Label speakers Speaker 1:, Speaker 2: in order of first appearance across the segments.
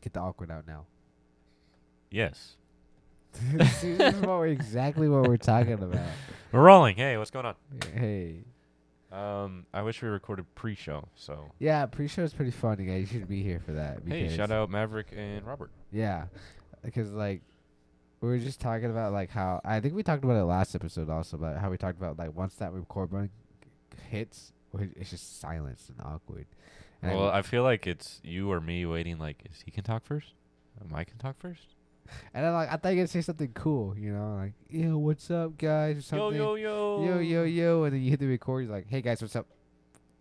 Speaker 1: get the awkward out now.
Speaker 2: Yes.
Speaker 1: See, this is what we're, exactly what we're talking about.
Speaker 2: We're rolling. Hey, what's going on?
Speaker 1: Hey,
Speaker 2: Um, I wish we recorded pre-show. So
Speaker 1: yeah, pre-show is pretty funny, guys. You should be here for that.
Speaker 2: hey,
Speaker 1: because-
Speaker 2: shout out Maverick and Robert.
Speaker 1: Yeah, because like we were just talking about like how I think we talked about it last episode also, but how we talked about like once that record button hits, we- it's just silence and awkward. And
Speaker 2: well, I feel like it's you or me waiting. Like, is he can talk first? Am I can talk first?
Speaker 1: and I'm like, I thought you were gonna say something cool, you know, like yo, what's up, guys, or something.
Speaker 2: Yo yo
Speaker 1: yo,
Speaker 2: yo
Speaker 1: yo, yo, and then you hit the record. You're like, hey guys, what's up?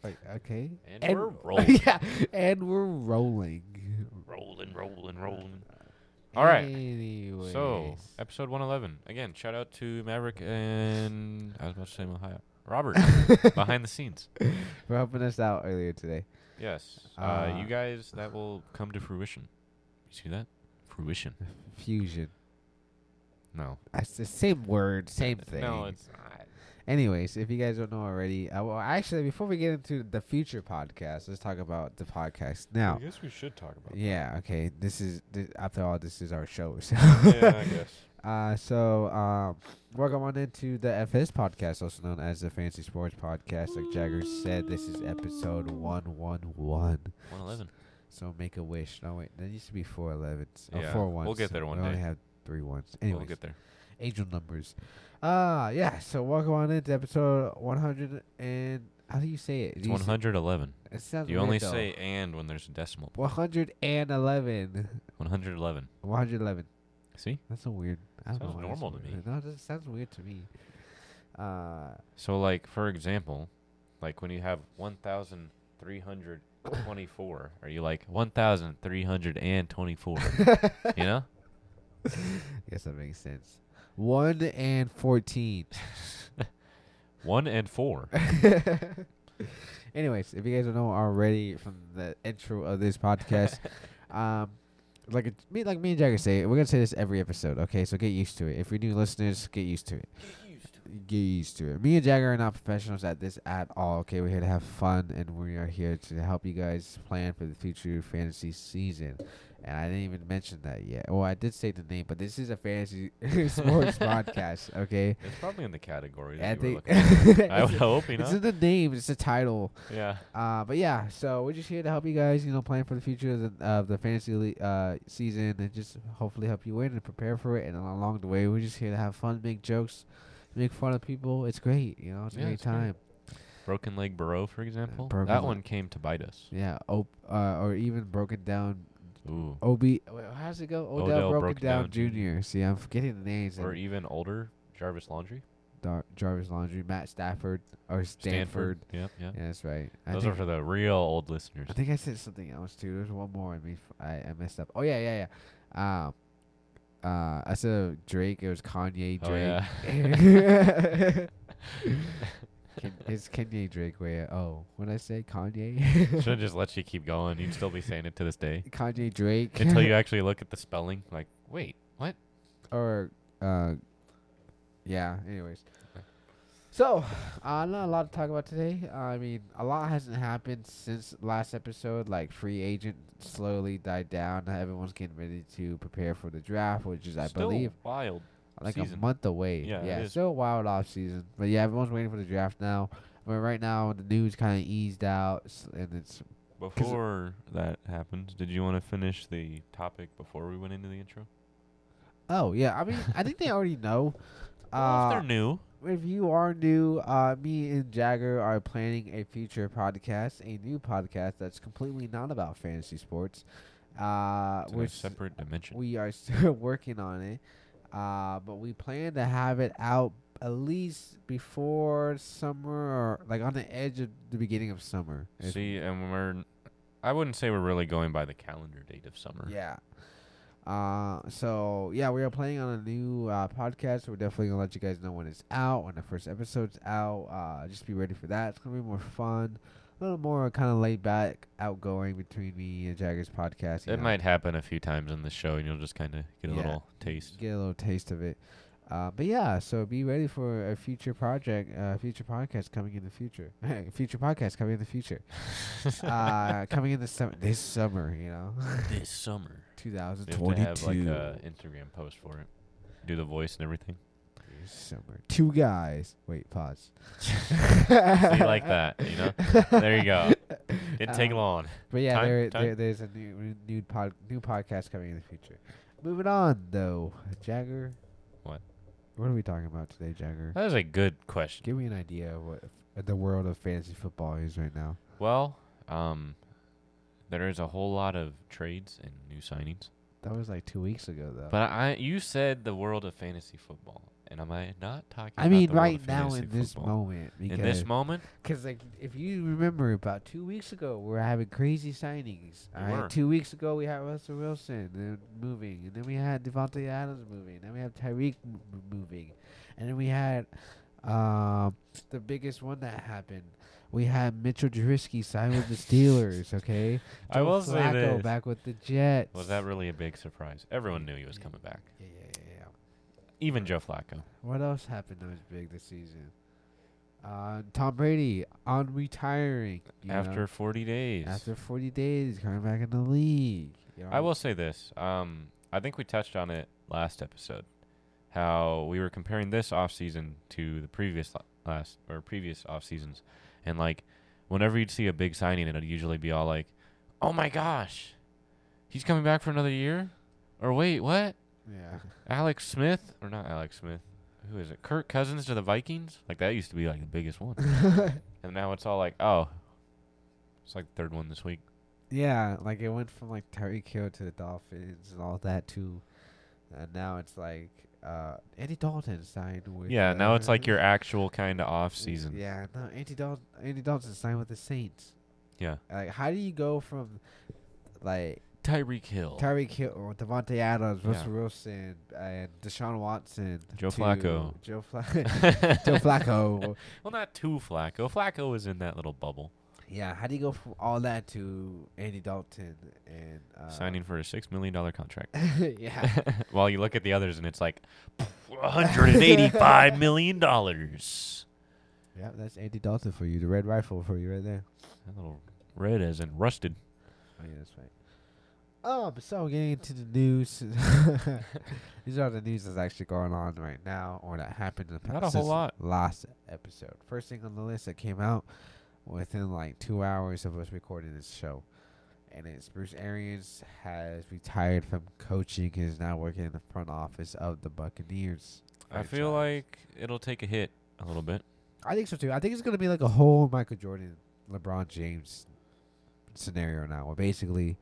Speaker 1: Like, okay,
Speaker 2: And, we're rolling,
Speaker 1: yeah, and we're rolling.
Speaker 2: rolling, rolling, rolling. All right.
Speaker 1: Anyways.
Speaker 2: So episode one eleven. Again, shout out to Maverick and I was about to say Ohio. Robert behind the scenes.
Speaker 1: for helping us out earlier today.
Speaker 2: Yes. Uh,
Speaker 1: Uh,
Speaker 2: you guys, that will come to fruition. You see that? Fruition.
Speaker 1: Fusion.
Speaker 2: No.
Speaker 1: It's the same word, same
Speaker 2: Uh,
Speaker 1: thing.
Speaker 2: No, it's not.
Speaker 1: Anyways, if you guys don't know already, uh, well, actually, before we get into the future podcast, let's talk about the podcast now.
Speaker 2: guess we should talk about.
Speaker 1: Yeah, okay. This is th- after all, this is our show. So,
Speaker 2: guess.
Speaker 1: uh, so um, we're going into the FS podcast, also known as the Fancy Sports Podcast. Like Jagger said, this is episode one one one.
Speaker 2: One eleven.
Speaker 1: So make a wish. No wait, that used to be four eleven. Oh,
Speaker 2: Yeah,
Speaker 1: four
Speaker 2: we'll
Speaker 1: ones.
Speaker 2: get there one
Speaker 1: we
Speaker 2: day.
Speaker 1: only have three ones.
Speaker 2: We'll
Speaker 1: Anyways,
Speaker 2: get there.
Speaker 1: angel numbers. Uh yeah. So welcome on into episode one hundred and how do you say it?
Speaker 2: It's
Speaker 1: Do you
Speaker 2: one
Speaker 1: say-
Speaker 2: hundred eleven.
Speaker 1: It sounds
Speaker 2: You only
Speaker 1: weird, though.
Speaker 2: say and when there's a decimal.
Speaker 1: one hundred and eleven.
Speaker 2: One hundred eleven.
Speaker 1: One hundred eleven.
Speaker 2: See.
Speaker 1: That's a weird. I don't
Speaker 2: Sounds
Speaker 1: know why that's
Speaker 2: normal to
Speaker 1: weird.
Speaker 2: me.
Speaker 1: No, it just sounds weird to me. Uh,
Speaker 2: So like for example, like when you have one thousand three hundred twenty-four, are you like one thousand three hundred and twenty-four? you know.
Speaker 1: guess that makes sense. One and fourteen.
Speaker 2: One and four.
Speaker 1: Anyways, if you guys don't know already from the intro of this podcast, um, like it, me, like me and Jagger say, we're gonna say this every episode. Okay, so get used to it. If you're new listeners, get used to it. Get used to it. Me and Jagger are not professionals at this at all. Okay, we're here to have fun, and we are here to help you guys plan for the future fantasy season. And I didn't even mention that yet. Well, I did say the name, but this is a fantasy sports podcast. Okay,
Speaker 2: It's probably in the category.
Speaker 1: I
Speaker 2: That you were
Speaker 1: think-
Speaker 2: looking at. I
Speaker 1: It's
Speaker 2: would hope you
Speaker 1: it's
Speaker 2: know.
Speaker 1: in the name. It's the title.
Speaker 2: Yeah.
Speaker 1: Uh, but yeah, so we're just here to help you guys, you know, plan for the future of the, of the fantasy le- uh, season and just hopefully help you win and prepare for it. And al- along the way, we're just here to have fun, make jokes, make fun of people. It's great, you know, it's a
Speaker 2: Yeah,
Speaker 1: great
Speaker 2: it's great.
Speaker 1: time.
Speaker 2: Broken leg Burrow, for example.
Speaker 1: broken
Speaker 2: that
Speaker 1: leg.
Speaker 2: one came to bite us.
Speaker 1: Yeah, op- uh, or even broken down.
Speaker 2: Ooh.
Speaker 1: OB, wait, how's it go? Odell,
Speaker 2: Odell
Speaker 1: broken,
Speaker 2: Broken
Speaker 1: down,
Speaker 2: Down
Speaker 1: Jr. See, I'm forgetting the names.
Speaker 2: Or E
Speaker 1: Or
Speaker 2: even older, Jarvis Laundry.
Speaker 1: Dar- Jarvis Laundry, Matt Stafford, or Stanford.
Speaker 2: Yep. Yeah.
Speaker 1: Yeah, that's right. I
Speaker 2: Those
Speaker 1: think-
Speaker 2: are for the real old listeners.
Speaker 1: I think I said something else too. There's one more. I mean, I, I messed up. Oh yeah, yeah, yeah. Um, uh, I said Drake. It was Kanye Drake.
Speaker 2: Oh, yeah.
Speaker 1: Ken, it's Kanye Drake. Wait, oh, what did I say? Kanye.
Speaker 2: Should just let you keep going. You'd still be saying it to this day
Speaker 1: Kanye Drake.
Speaker 2: until you actually look at the spelling. Like, wait, what?
Speaker 1: or uh, yeah. Anyways, so uh, not a lot to talk about today. I mean, a lot hasn't happened since last episode. Like free agent slowly died down. Now Everyone's getting ready to prepare for the draft, which is, I
Speaker 2: Still
Speaker 1: believe,
Speaker 2: wild.
Speaker 1: like a
Speaker 2: season.
Speaker 1: month away.
Speaker 2: Yeah, it
Speaker 1: yeah,
Speaker 2: is.
Speaker 1: still a wild off season. But yeah, everyone's waiting for the draft now. But right now, the news kind of eased out, s- and it's
Speaker 2: Before that happens, did you want to finish the topic before we went into the intro?
Speaker 1: oh yeah. I mean, I think they already know.
Speaker 2: well, if
Speaker 1: Uh,
Speaker 2: they're new,
Speaker 1: If you are new, uh, me and Jagger are planning a future podcast, a new podcast that's completely not about fantasy sports, uh,
Speaker 2: it's in a
Speaker 1: which
Speaker 2: separate dimension.
Speaker 1: we are still working on it. Uh, but we plan to have it out at least before summer, or like on the edge of the beginning of summer. if-
Speaker 2: See, and we're. n- I wouldn't say we're really going by the calendar date of summer.
Speaker 1: Yeah. Uh, so yeah, we are planning on a new uh, podcast. We're definitely gonna let you guys know when it's out, when the first episode's out. Uh, just be ready for that. It's gonna be more fun, a little more kind of laid back, outgoing between me and Jagger's podcast. you
Speaker 2: It
Speaker 1: know,
Speaker 2: might happen a few times in the show, and you'll just kind of get a
Speaker 1: Yeah.
Speaker 2: little taste.
Speaker 1: get a little taste of it. Uh, but yeah, so be ready for a future project, uh, future podcast coming in the future, future podcast coming in the future, uh, coming in the summer, this summer, you know,
Speaker 2: this summer. They have to
Speaker 1: 2022.
Speaker 2: have like a Instagram post for it. Do the voice and everything.
Speaker 1: This summer, two guys. Wait, pause.
Speaker 2: See, like that, you know. There you go. Didn't take
Speaker 1: Um,
Speaker 2: long.
Speaker 1: But yeah,
Speaker 2: Time-
Speaker 1: there,
Speaker 2: time.
Speaker 1: there there's a new new pod new podcast coming in the future. Moving on though, Jagger.
Speaker 2: What?
Speaker 1: What are we talking about today, Jagger?
Speaker 2: That was a good question.
Speaker 1: Give me an idea of what f- uh, the world of fantasy football is right now.
Speaker 2: Well, um, there is a whole lot of trades and new signings.
Speaker 1: That was like two weeks ago though.
Speaker 2: But I, you said the world of fantasy football, and am I not talking?
Speaker 1: I
Speaker 2: about
Speaker 1: mean,
Speaker 2: the world
Speaker 1: right
Speaker 2: of
Speaker 1: now
Speaker 2: fantasy
Speaker 1: in this
Speaker 2: football?
Speaker 1: moment, because
Speaker 2: in this moment,
Speaker 1: Because like, if you remember, about two weeks ago, we were having crazy signings.
Speaker 2: We
Speaker 1: all right?
Speaker 2: were.
Speaker 1: Two weeks ago, we had Russell Wilson then moving, and then we had Devontae Adams moving, then we have Tyreek m- m- moving, and then we had um, the biggest one that happened. We had Mitchell Trubisky sign with the Steelers. Okay,
Speaker 2: I
Speaker 1: Joe
Speaker 2: will say
Speaker 1: Flacco
Speaker 2: this.
Speaker 1: back with the Jets.
Speaker 2: was that really a big surprise? Everyone knew he was coming back,
Speaker 1: Yeah, yeah, yeah, yeah.
Speaker 2: even Joe Flacco.
Speaker 1: What else happened that was big this season? Uh, Tom Brady on retiring you know?
Speaker 2: After 40 days,
Speaker 1: After 40 days, coming back in the league. You know,
Speaker 2: I will say this. Um, I think we touched on it last episode, how we were comparing this off season to the previous la- last or previous off seasons, and like, whenever you'd see a big signing, it'd usually be all like, "Oh my gosh, he's coming back for another year," or "Wait, what?"
Speaker 1: Yeah.
Speaker 2: Alex Smith, or not Alex Smith, who is it? Kirk Cousins to the Vikings? Like that used to be like the biggest one. and now it's all like, oh, it's like the third one this week.
Speaker 1: Yeah, like it went from like Tyreek Hill to the Dolphins and all that to, and now it's like uh Andy Dalton signed with.
Speaker 2: Yeah, now it's like
Speaker 1: uh,
Speaker 2: your actual kind of off season. Yeah.
Speaker 1: Yeah, no, Andy Dalton. Andy Dalton signed with the Saints. Like, how do you go from, like
Speaker 2: Tyreek Hill,
Speaker 1: Tyreek Hill, or Devontae Adams,
Speaker 2: Yeah.
Speaker 1: Russell Wilson, and Deshaun Watson,
Speaker 2: Joe
Speaker 1: to
Speaker 2: Flacco.
Speaker 1: Joe Flacco, Joe Flacco,
Speaker 2: Well, not too Flacco. Flacco was in that little bubble,
Speaker 1: Yeah, how do you go from all that to Andy Dalton and uh,
Speaker 2: signing for a six million dollar contract.
Speaker 1: yeah,
Speaker 2: While you look at the others, and it's like, one hundred and eighty-five million dollars.
Speaker 1: yeah, that's Andy Dalton for you, the red rifle for you right there.
Speaker 2: That little red as in rusted.
Speaker 1: Oh yeah, that's right. Um, so getting into the news, these are the news that's actually going on right now, or that happened. In the pa-
Speaker 2: Not a whole
Speaker 1: since
Speaker 2: lot.
Speaker 1: Last episode, first thing on the list that came out within like two hours of us recording this show, and it's Bruce Arians has retired from coaching and is now working in the front office of the Buccaneers.
Speaker 2: I
Speaker 1: franchise.
Speaker 2: feel like it'll take a hit a little bit.
Speaker 1: I think so too. I think it's gonna be like a whole Michael Jordan, LeBron James scenario now, where basically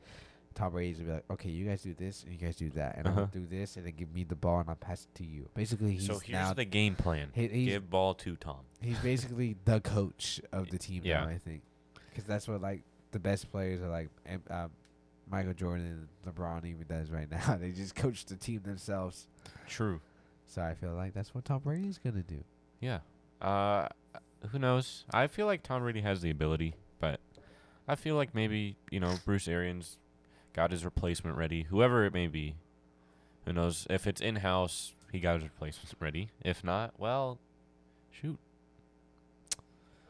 Speaker 1: Tom Brady's gonna be like, "Okay, you guys do this and you guys do that, and I'm
Speaker 2: Uh-huh.
Speaker 1: gonna do this, and then give me the ball and I'll pass it to you." Basically, he's
Speaker 2: so here's
Speaker 1: now
Speaker 2: the game plan:
Speaker 1: he- he's
Speaker 2: give ball to Tom.
Speaker 1: he's basically the coach of the team
Speaker 2: Yeah.
Speaker 1: now. I think because that's what like the best players are like. em- Um, Michael Jordan, LeBron even does right now. they just coach the team themselves.
Speaker 2: True.
Speaker 1: So I feel like that's what Tom Brady's gonna do.
Speaker 2: Yeah. Uh, who knows? I feel like Tom Brady has the ability, but I feel like maybe you know Bruce Arians got his replacement ready, whoever it may be. Who knows? If it's in house, he got his replacement ready. If not, well, shoot.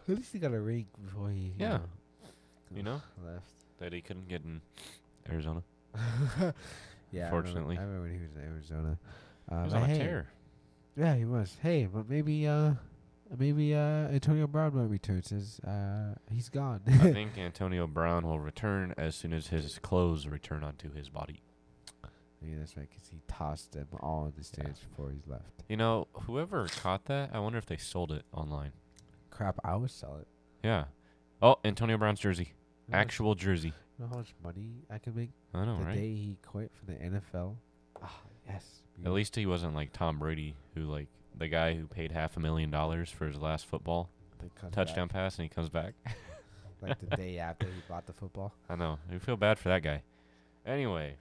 Speaker 1: At least he got a ring before he you
Speaker 2: Yeah.
Speaker 1: know,
Speaker 2: You know
Speaker 1: left.
Speaker 2: that he couldn't get in Arizona.
Speaker 1: yeah,
Speaker 2: Unfortunately.
Speaker 1: I remember, I remember when he was in Arizona. Uh,
Speaker 2: He was
Speaker 1: but
Speaker 2: on a
Speaker 1: hey,
Speaker 2: tear.
Speaker 1: Yeah, he was. Hey, but maybe, uh, maybe uh, Antonio Brown might return. Says uh, he's gone.
Speaker 2: I think Antonio Brown will return as soon as his clothes return onto his body.
Speaker 1: yeah, that's right, 'cause he tossed them all in the stands before he left.
Speaker 2: You know, whoever caught that, I wonder if they sold it online.
Speaker 1: Crap, I would sell it.
Speaker 2: Yeah. Oh, Antonio Brown's jersey.
Speaker 1: You know how much-
Speaker 2: Actual jersey.
Speaker 1: you know how much money I could make
Speaker 2: I know,
Speaker 1: the
Speaker 2: Oh, right?
Speaker 1: day he quit from the NFL. Ah, yes.
Speaker 2: At least he wasn't like Tom Brady, who, like, the guy who paid half a million dollars for his last football
Speaker 1: the comeback,
Speaker 2: touchdown pass and he comes back.
Speaker 1: like the day after he bought the football.
Speaker 2: I know. You feel bad for that guy. Anyway,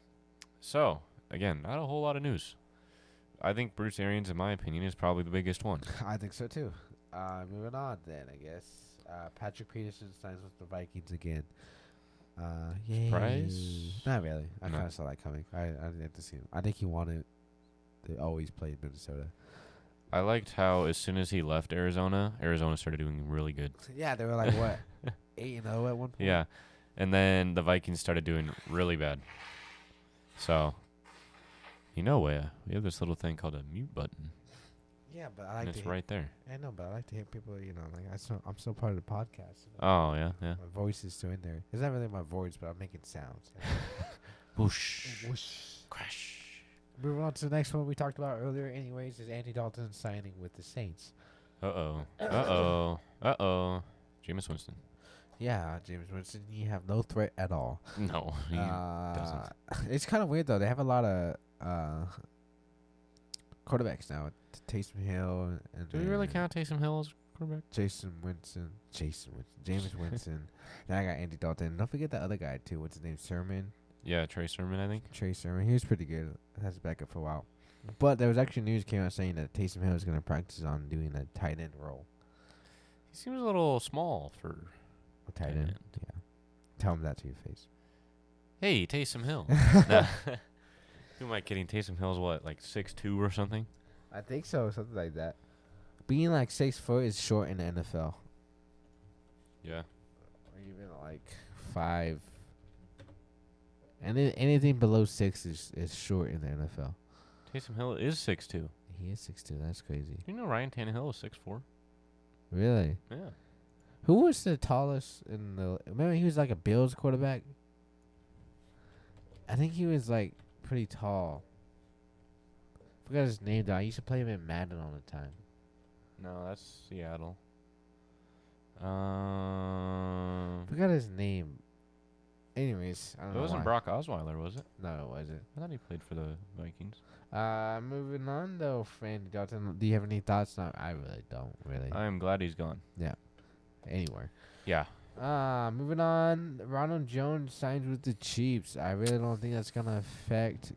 Speaker 2: so, again, not a whole lot of news. I think Bruce Arians, in my opinion, is probably the biggest one.
Speaker 1: I think so too. Uh, moving on then, I guess. Uh, Patrick Peterson signs with the Vikings again. Uh, yay.
Speaker 2: Surprise?
Speaker 1: Not really. I
Speaker 2: No.
Speaker 1: kind of saw that coming. I, I didn't have to see him. I think he wanted. They always played Minnesota.
Speaker 2: I liked how as soon as he left Arizona, Arizona started doing really good.
Speaker 1: yeah, they were like what eight and zero at one point.
Speaker 2: Yeah. And then the Vikings started doing really bad. So, you know, uh, we have this little thing called a mute button.
Speaker 1: yeah, but I
Speaker 2: and
Speaker 1: like to.
Speaker 2: it's
Speaker 1: Hear,
Speaker 2: right there.
Speaker 1: I know, but I like to hear people. You know, like I so, I'm still part of the podcast. you know,
Speaker 2: Oh, yeah, yeah.
Speaker 1: My voice is still in there. It's not really my voice, but I'm making sounds.
Speaker 2: Whoosh.
Speaker 1: Whoosh.
Speaker 2: Crash.
Speaker 1: Moving on to the next one we talked about earlier. Anyways, is Andy Dalton signing with the Saints?
Speaker 2: Uh-oh. Uh-oh. Uh-oh. Jameis Winston.
Speaker 1: Yeah, James Winston, you have no threat at all.
Speaker 2: No. he-
Speaker 1: Uh, it's kind of weird though. They have a lot of uh, quarterbacks now. T- Taysom Hill. And
Speaker 2: do we really
Speaker 1: then
Speaker 2: count Taysom Hill as quarterback?
Speaker 1: Jason Winston. Jason Winston. James Winston. now I got Andy Dalton. Don't forget the other guy too. What's his name? Sermon.
Speaker 2: Yeah, Trey Sermon, I think.
Speaker 1: Trey Sermon. He was pretty good. Has his backup for a while. But there was actually news came out saying that Taysom Hill is going to practice on doing a tight end role.
Speaker 2: He seems a little small for.
Speaker 1: A tight
Speaker 2: Tight
Speaker 1: end.
Speaker 2: end.
Speaker 1: Yeah. Tell him that to your face.
Speaker 2: Hey, Taysom Hill. Nah. Who am I kidding? Taysom Hill's what, like six two or something?
Speaker 1: I think so. Something like that. Being like six foot is short in the NFL.
Speaker 2: Yeah.
Speaker 1: or even like five. And then anything below six is is short in the NFL.
Speaker 2: Taysom Hill is six two.
Speaker 1: He is six two. That's crazy.
Speaker 2: You know Ryan Tannehill was six four.
Speaker 1: Really?
Speaker 2: Yeah.
Speaker 1: Who was the tallest in the? Remember, he was like a Bills quarterback. I think he was like pretty tall. Forgot his name though. I used to play him in Madden all the time.
Speaker 2: No, that's Seattle. Um,
Speaker 1: Forgot his name. Anyways, I don't
Speaker 2: it
Speaker 1: know
Speaker 2: wasn't
Speaker 1: why.
Speaker 2: Brock Osweiler, was it?
Speaker 1: No, it wasn't.
Speaker 2: I thought he played for the Vikings.
Speaker 1: Uh, moving on though, Fanny Dalton. Do you have any thoughts? No, I really don't. Really,
Speaker 2: I am glad he's gone.
Speaker 1: anywhere.
Speaker 2: Yeah.
Speaker 1: Uh, moving on. Ronald Jones signs with the Chiefs. I really don't think that's gonna affect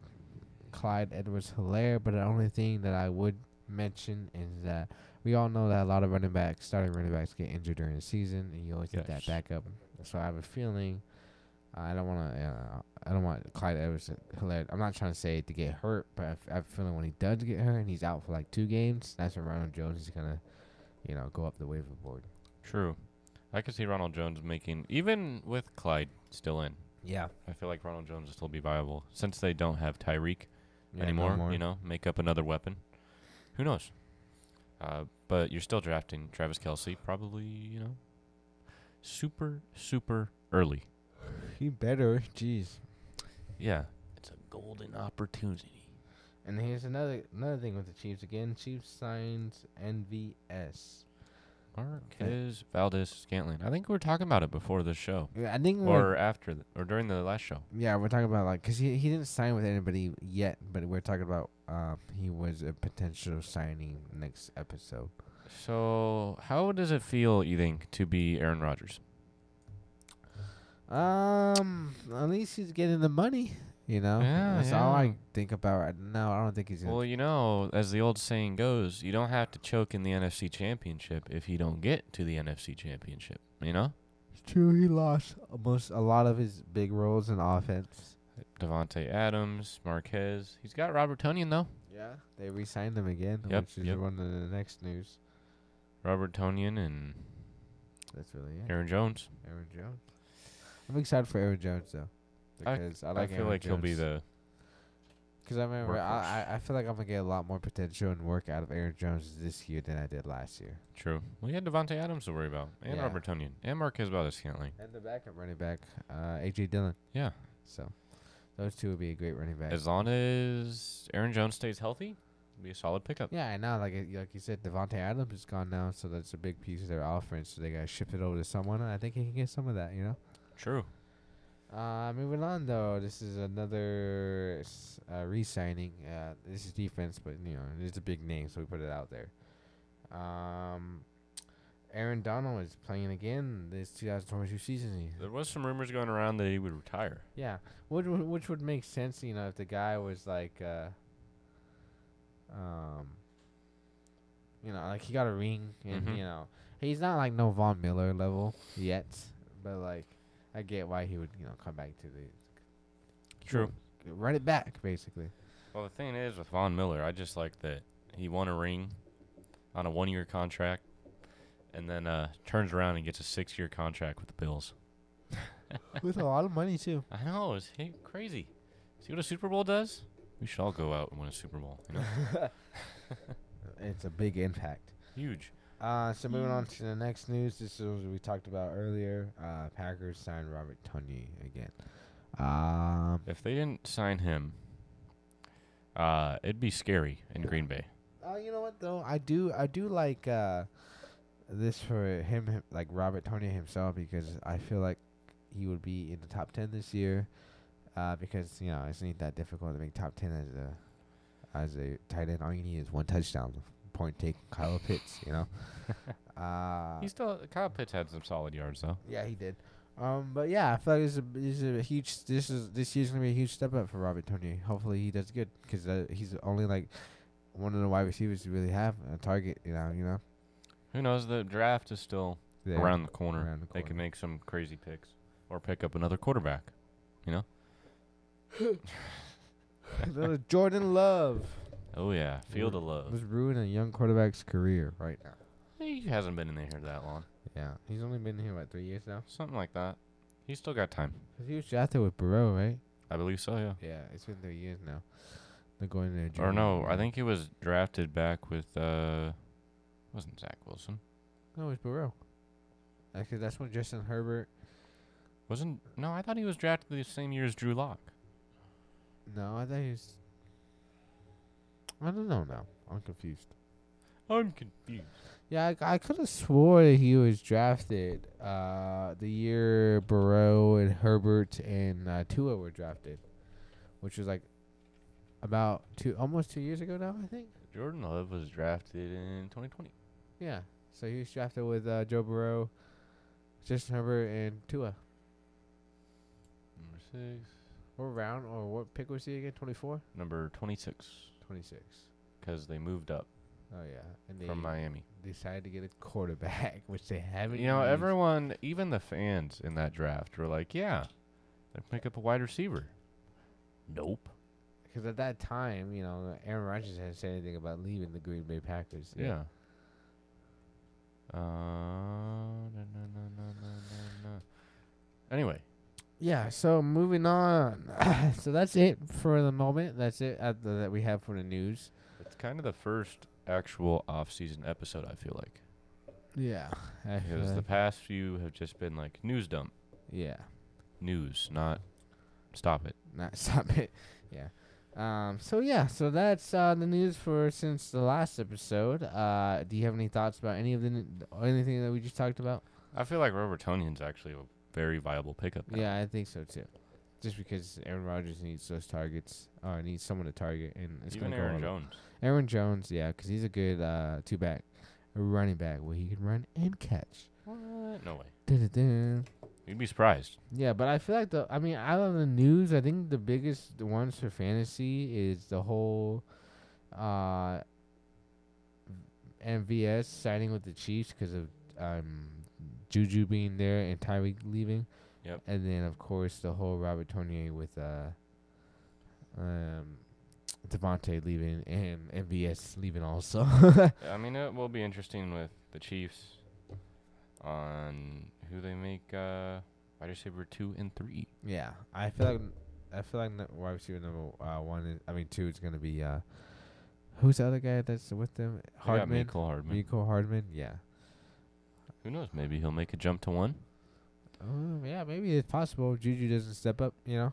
Speaker 1: Clyde Edwards Hilaire, but the only thing that I would mention is that we all know that a lot of running backs, starting running backs, get injured during the season, and you always get that
Speaker 2: Yes.
Speaker 1: backup. So I have a feeling. I don't want to. Uh, I don't want Clyde Edwards Hilaire. I'm not trying to say to get hurt, but I f- I have a feeling when he does get hurt and he's out for like two games, that's when Ronald Jones is gonna, you know, go up the waiver board.
Speaker 2: True. I could see Ronald Jones making even with Clyde still in.
Speaker 1: Yeah.
Speaker 2: I feel like Ronald Jones will still be viable since they don't have Tyreek
Speaker 1: Yeah, no
Speaker 2: anymore.
Speaker 1: more.
Speaker 2: You know, make up another weapon. Who knows? Uh, but you're still drafting Travis Kelsey, probably. You know, super super early.
Speaker 1: He better. Jeez.
Speaker 2: Yeah, it's a golden opportunity.
Speaker 1: And here's another another thing with the Chiefs again. Chiefs signs NVS.
Speaker 2: Marquez Valdez Scantling. I think we were talking about it before the show,
Speaker 1: Yeah, I think we're,
Speaker 2: or after, th- or during the last show.
Speaker 1: yeah, we're talking about like because he he didn't sign with anybody yet, but we're talking about um he was a potential signing next episode.
Speaker 2: So, how does it feel, you think, to be Aaron Rodgers?
Speaker 1: Um, at least he's getting the money. You know,
Speaker 2: Yeah,
Speaker 1: that's all
Speaker 2: yeah.
Speaker 1: I think about right now. I don't think he's gonna.
Speaker 2: Well, you know, as the old saying goes, you don't have to choke in the NFC Championship if you don't get to the NFC Championship. You know,
Speaker 1: it's true, he lost almost a lot of his big roles in offense.
Speaker 2: Devonte Adams, Marquez. He's got Robert Tunyon though.
Speaker 1: Yeah, they re-signed him again,
Speaker 2: Yep,
Speaker 1: which is
Speaker 2: yep.
Speaker 1: one of the next news.
Speaker 2: Robert Tunyon and
Speaker 1: That's really it.
Speaker 2: Aaron Jones.
Speaker 1: Aaron Jones. I'm excited for Aaron Jones though,
Speaker 2: I-
Speaker 1: because I,
Speaker 2: I,
Speaker 1: like.
Speaker 2: feel
Speaker 1: Aaron
Speaker 2: like he'll be
Speaker 1: Jones.
Speaker 2: the.
Speaker 1: Cause I remember, I,
Speaker 2: workhorse.
Speaker 1: I I feel like I'm gonna get a lot more potential and work out of Aaron Jones this year than I did last year.
Speaker 2: True. We had Devonte Adams to worry about, and
Speaker 1: Yeah.
Speaker 2: Robert Tunyon, and Marquez Valdez Scantling.
Speaker 1: And the backup running back, uh, AJ Dillon.
Speaker 2: Yeah.
Speaker 1: So, those two would be a great running back.
Speaker 2: As long as Aaron Jones stays healthy, it'll be a solid pickup.
Speaker 1: yeah, and now like it- like you said, Devonte Adams is gone now, so that's a big piece of their offense. So they gotta ship it over to someone, and I think he can get some of that, you know.
Speaker 2: True.
Speaker 1: Uh, moving on though, this is another s- uh, re-signing. Uh, this is defense, but you know it's a big name, so we put it out there. Um, Aaron Donald is playing again this 2022 season.
Speaker 2: There was some rumors going around that he would retire.
Speaker 1: Yeah, which would- which would make sense, you know, if the guy was like, uh, um, you know, like he got a ring, and
Speaker 2: Mhm.
Speaker 1: you know, he's not like no Von Miller level yet, but like I get why he would, you know, come back to the
Speaker 2: True.
Speaker 1: run it back, basically.
Speaker 2: Well, the thing is with Von Miller, I just like that he won a ring on a one year contract and then uh, turns around and gets a six year contract with the Bills.
Speaker 1: With a lot of money too.
Speaker 2: I know, it's hey, crazy. See what a Super Bowl does? We should all go out and win a Super Bowl. You know?
Speaker 1: Uh, It's a big impact.
Speaker 2: Huge.
Speaker 1: Uh, so moving on to the next news. This is what we talked about earlier. Uh, Packers signed Robert Tunney again. Um,
Speaker 2: If they didn't sign him, uh, it'd be scary in Green Bay.
Speaker 1: uh, you know what though? I do I do like uh, this for him, him like Robert Tunney himself because I feel like he would be in the top ten this year. Uh, because you know it's not that difficult to make top ten as a as a tight end. All you need is one touchdown. Point take Kyle Pitts. You know. uh,
Speaker 2: He still Kyle Pitts had some solid yards though.
Speaker 1: Yeah, he did. Um, but yeah, I feel like this is a, this is a huge. This is this year's gonna be a huge step up for Robert Tony. Hopefully, he does good because uh, he's only like one of the wide receivers to really have a target. You know, you know,
Speaker 2: Who knows? The draft is still
Speaker 1: Yeah,
Speaker 2: around the corner.
Speaker 1: around the
Speaker 2: They can make some crazy picks or pick up another quarterback.
Speaker 1: Little Jordan Love
Speaker 2: Oh yeah, field of
Speaker 1: was
Speaker 2: love.
Speaker 1: ruining a young quarterback's career right now.
Speaker 2: He hasn't been in here that long.
Speaker 1: Yeah, he's only been here what three years now.
Speaker 2: Something like that. He's still got time.
Speaker 1: 'Cause he was drafted with Burrow, right?
Speaker 2: I believe so. Yeah.
Speaker 1: Yeah, it's been three years now. They're going to
Speaker 2: Or no, I think he was drafted back with uh, wasn't Zach Wilson?
Speaker 1: no, it's Burrow. Actually, that's when Justin Herbert.
Speaker 2: Wasn't no? I thought he was drafted the same year as Drew Lock.
Speaker 1: No, I think he's. I don't know now. I'm confused.
Speaker 2: I'm confused.
Speaker 1: Yeah, I, I could have swore that he was drafted uh, the year Burrow and Herbert and uh, Tua were drafted, which was like about two, almost two years ago now, I think.
Speaker 2: Jordan Love was drafted in 2020.
Speaker 1: Yeah, so he was drafted with uh, Joe Burrow, Justin Herbert, and Tua.
Speaker 2: Number six.
Speaker 1: What round or what pick was he again? Twenty four,
Speaker 2: Number 26.
Speaker 1: twenty six.
Speaker 2: Because they moved up
Speaker 1: Oh yeah, and they
Speaker 2: from Miami.
Speaker 1: decided to get a quarterback, which they haven't.
Speaker 2: You know,
Speaker 1: used.
Speaker 2: everyone, even the fans in that draft, were like, "Yeah, they pick up a wide receiver." Nope.
Speaker 1: Because at that time, you know, Aaron Rodgers hadn't said anything about leaving the Green Bay Packers. yet.
Speaker 2: Yeah. Uh, na, na, na, na, na, na, na. Anyway,
Speaker 1: Yeah. So moving on. so that's it for the moment. That's it at the, that we have for the news.
Speaker 2: it's kind of the first actual off-season episode. I feel like
Speaker 1: Yeah.
Speaker 2: because the past few have just been like news dump,
Speaker 1: yeah.
Speaker 2: news, not stop it.
Speaker 1: Not stop it. Yeah. Um. So yeah. So that's uh, the news for since the last episode. Uh. Do you have any thoughts about any of the n- anything that we just talked about?
Speaker 2: I feel like Robertonian's actually a very viable pickup. now.
Speaker 1: Yeah, I think so too. Just because Aaron Rodgers needs those targets, or needs someone to target, and it's
Speaker 2: even
Speaker 1: gonna go
Speaker 2: Aaron
Speaker 1: all-
Speaker 2: Jones.
Speaker 1: Aaron Jones, yeah, 'cause he's a good uh, two back, a running back where he can run and catch.
Speaker 2: What? No way.
Speaker 1: Dun-dun-dun.
Speaker 2: You'd be surprised.
Speaker 1: Yeah, but I feel like the I mean out of the news, I think the biggest the ones for fantasy is the whole uh MVS signing with the Chiefs 'cause of um Juju being there and Tyreek leaving.
Speaker 2: Yep.
Speaker 1: And then of course the whole Robert Tournier with uh um Devontae leaving and MVS leaving also.
Speaker 2: I mean, it will be interesting with the Chiefs on who they make uh, wide receiver two and three.
Speaker 1: Yeah, I feel like I feel like n- wide receiver number uh, one. Is, I mean, two is gonna be uh, who's the other guy that's with them?
Speaker 2: They got
Speaker 1: Hardman,
Speaker 2: Mecole Hardman.
Speaker 1: Miko Hardman. Yeah.
Speaker 2: Who knows? Maybe he'll make a jump to one
Speaker 1: Um, yeah, maybe it's possible. Juju doesn't step up, you know.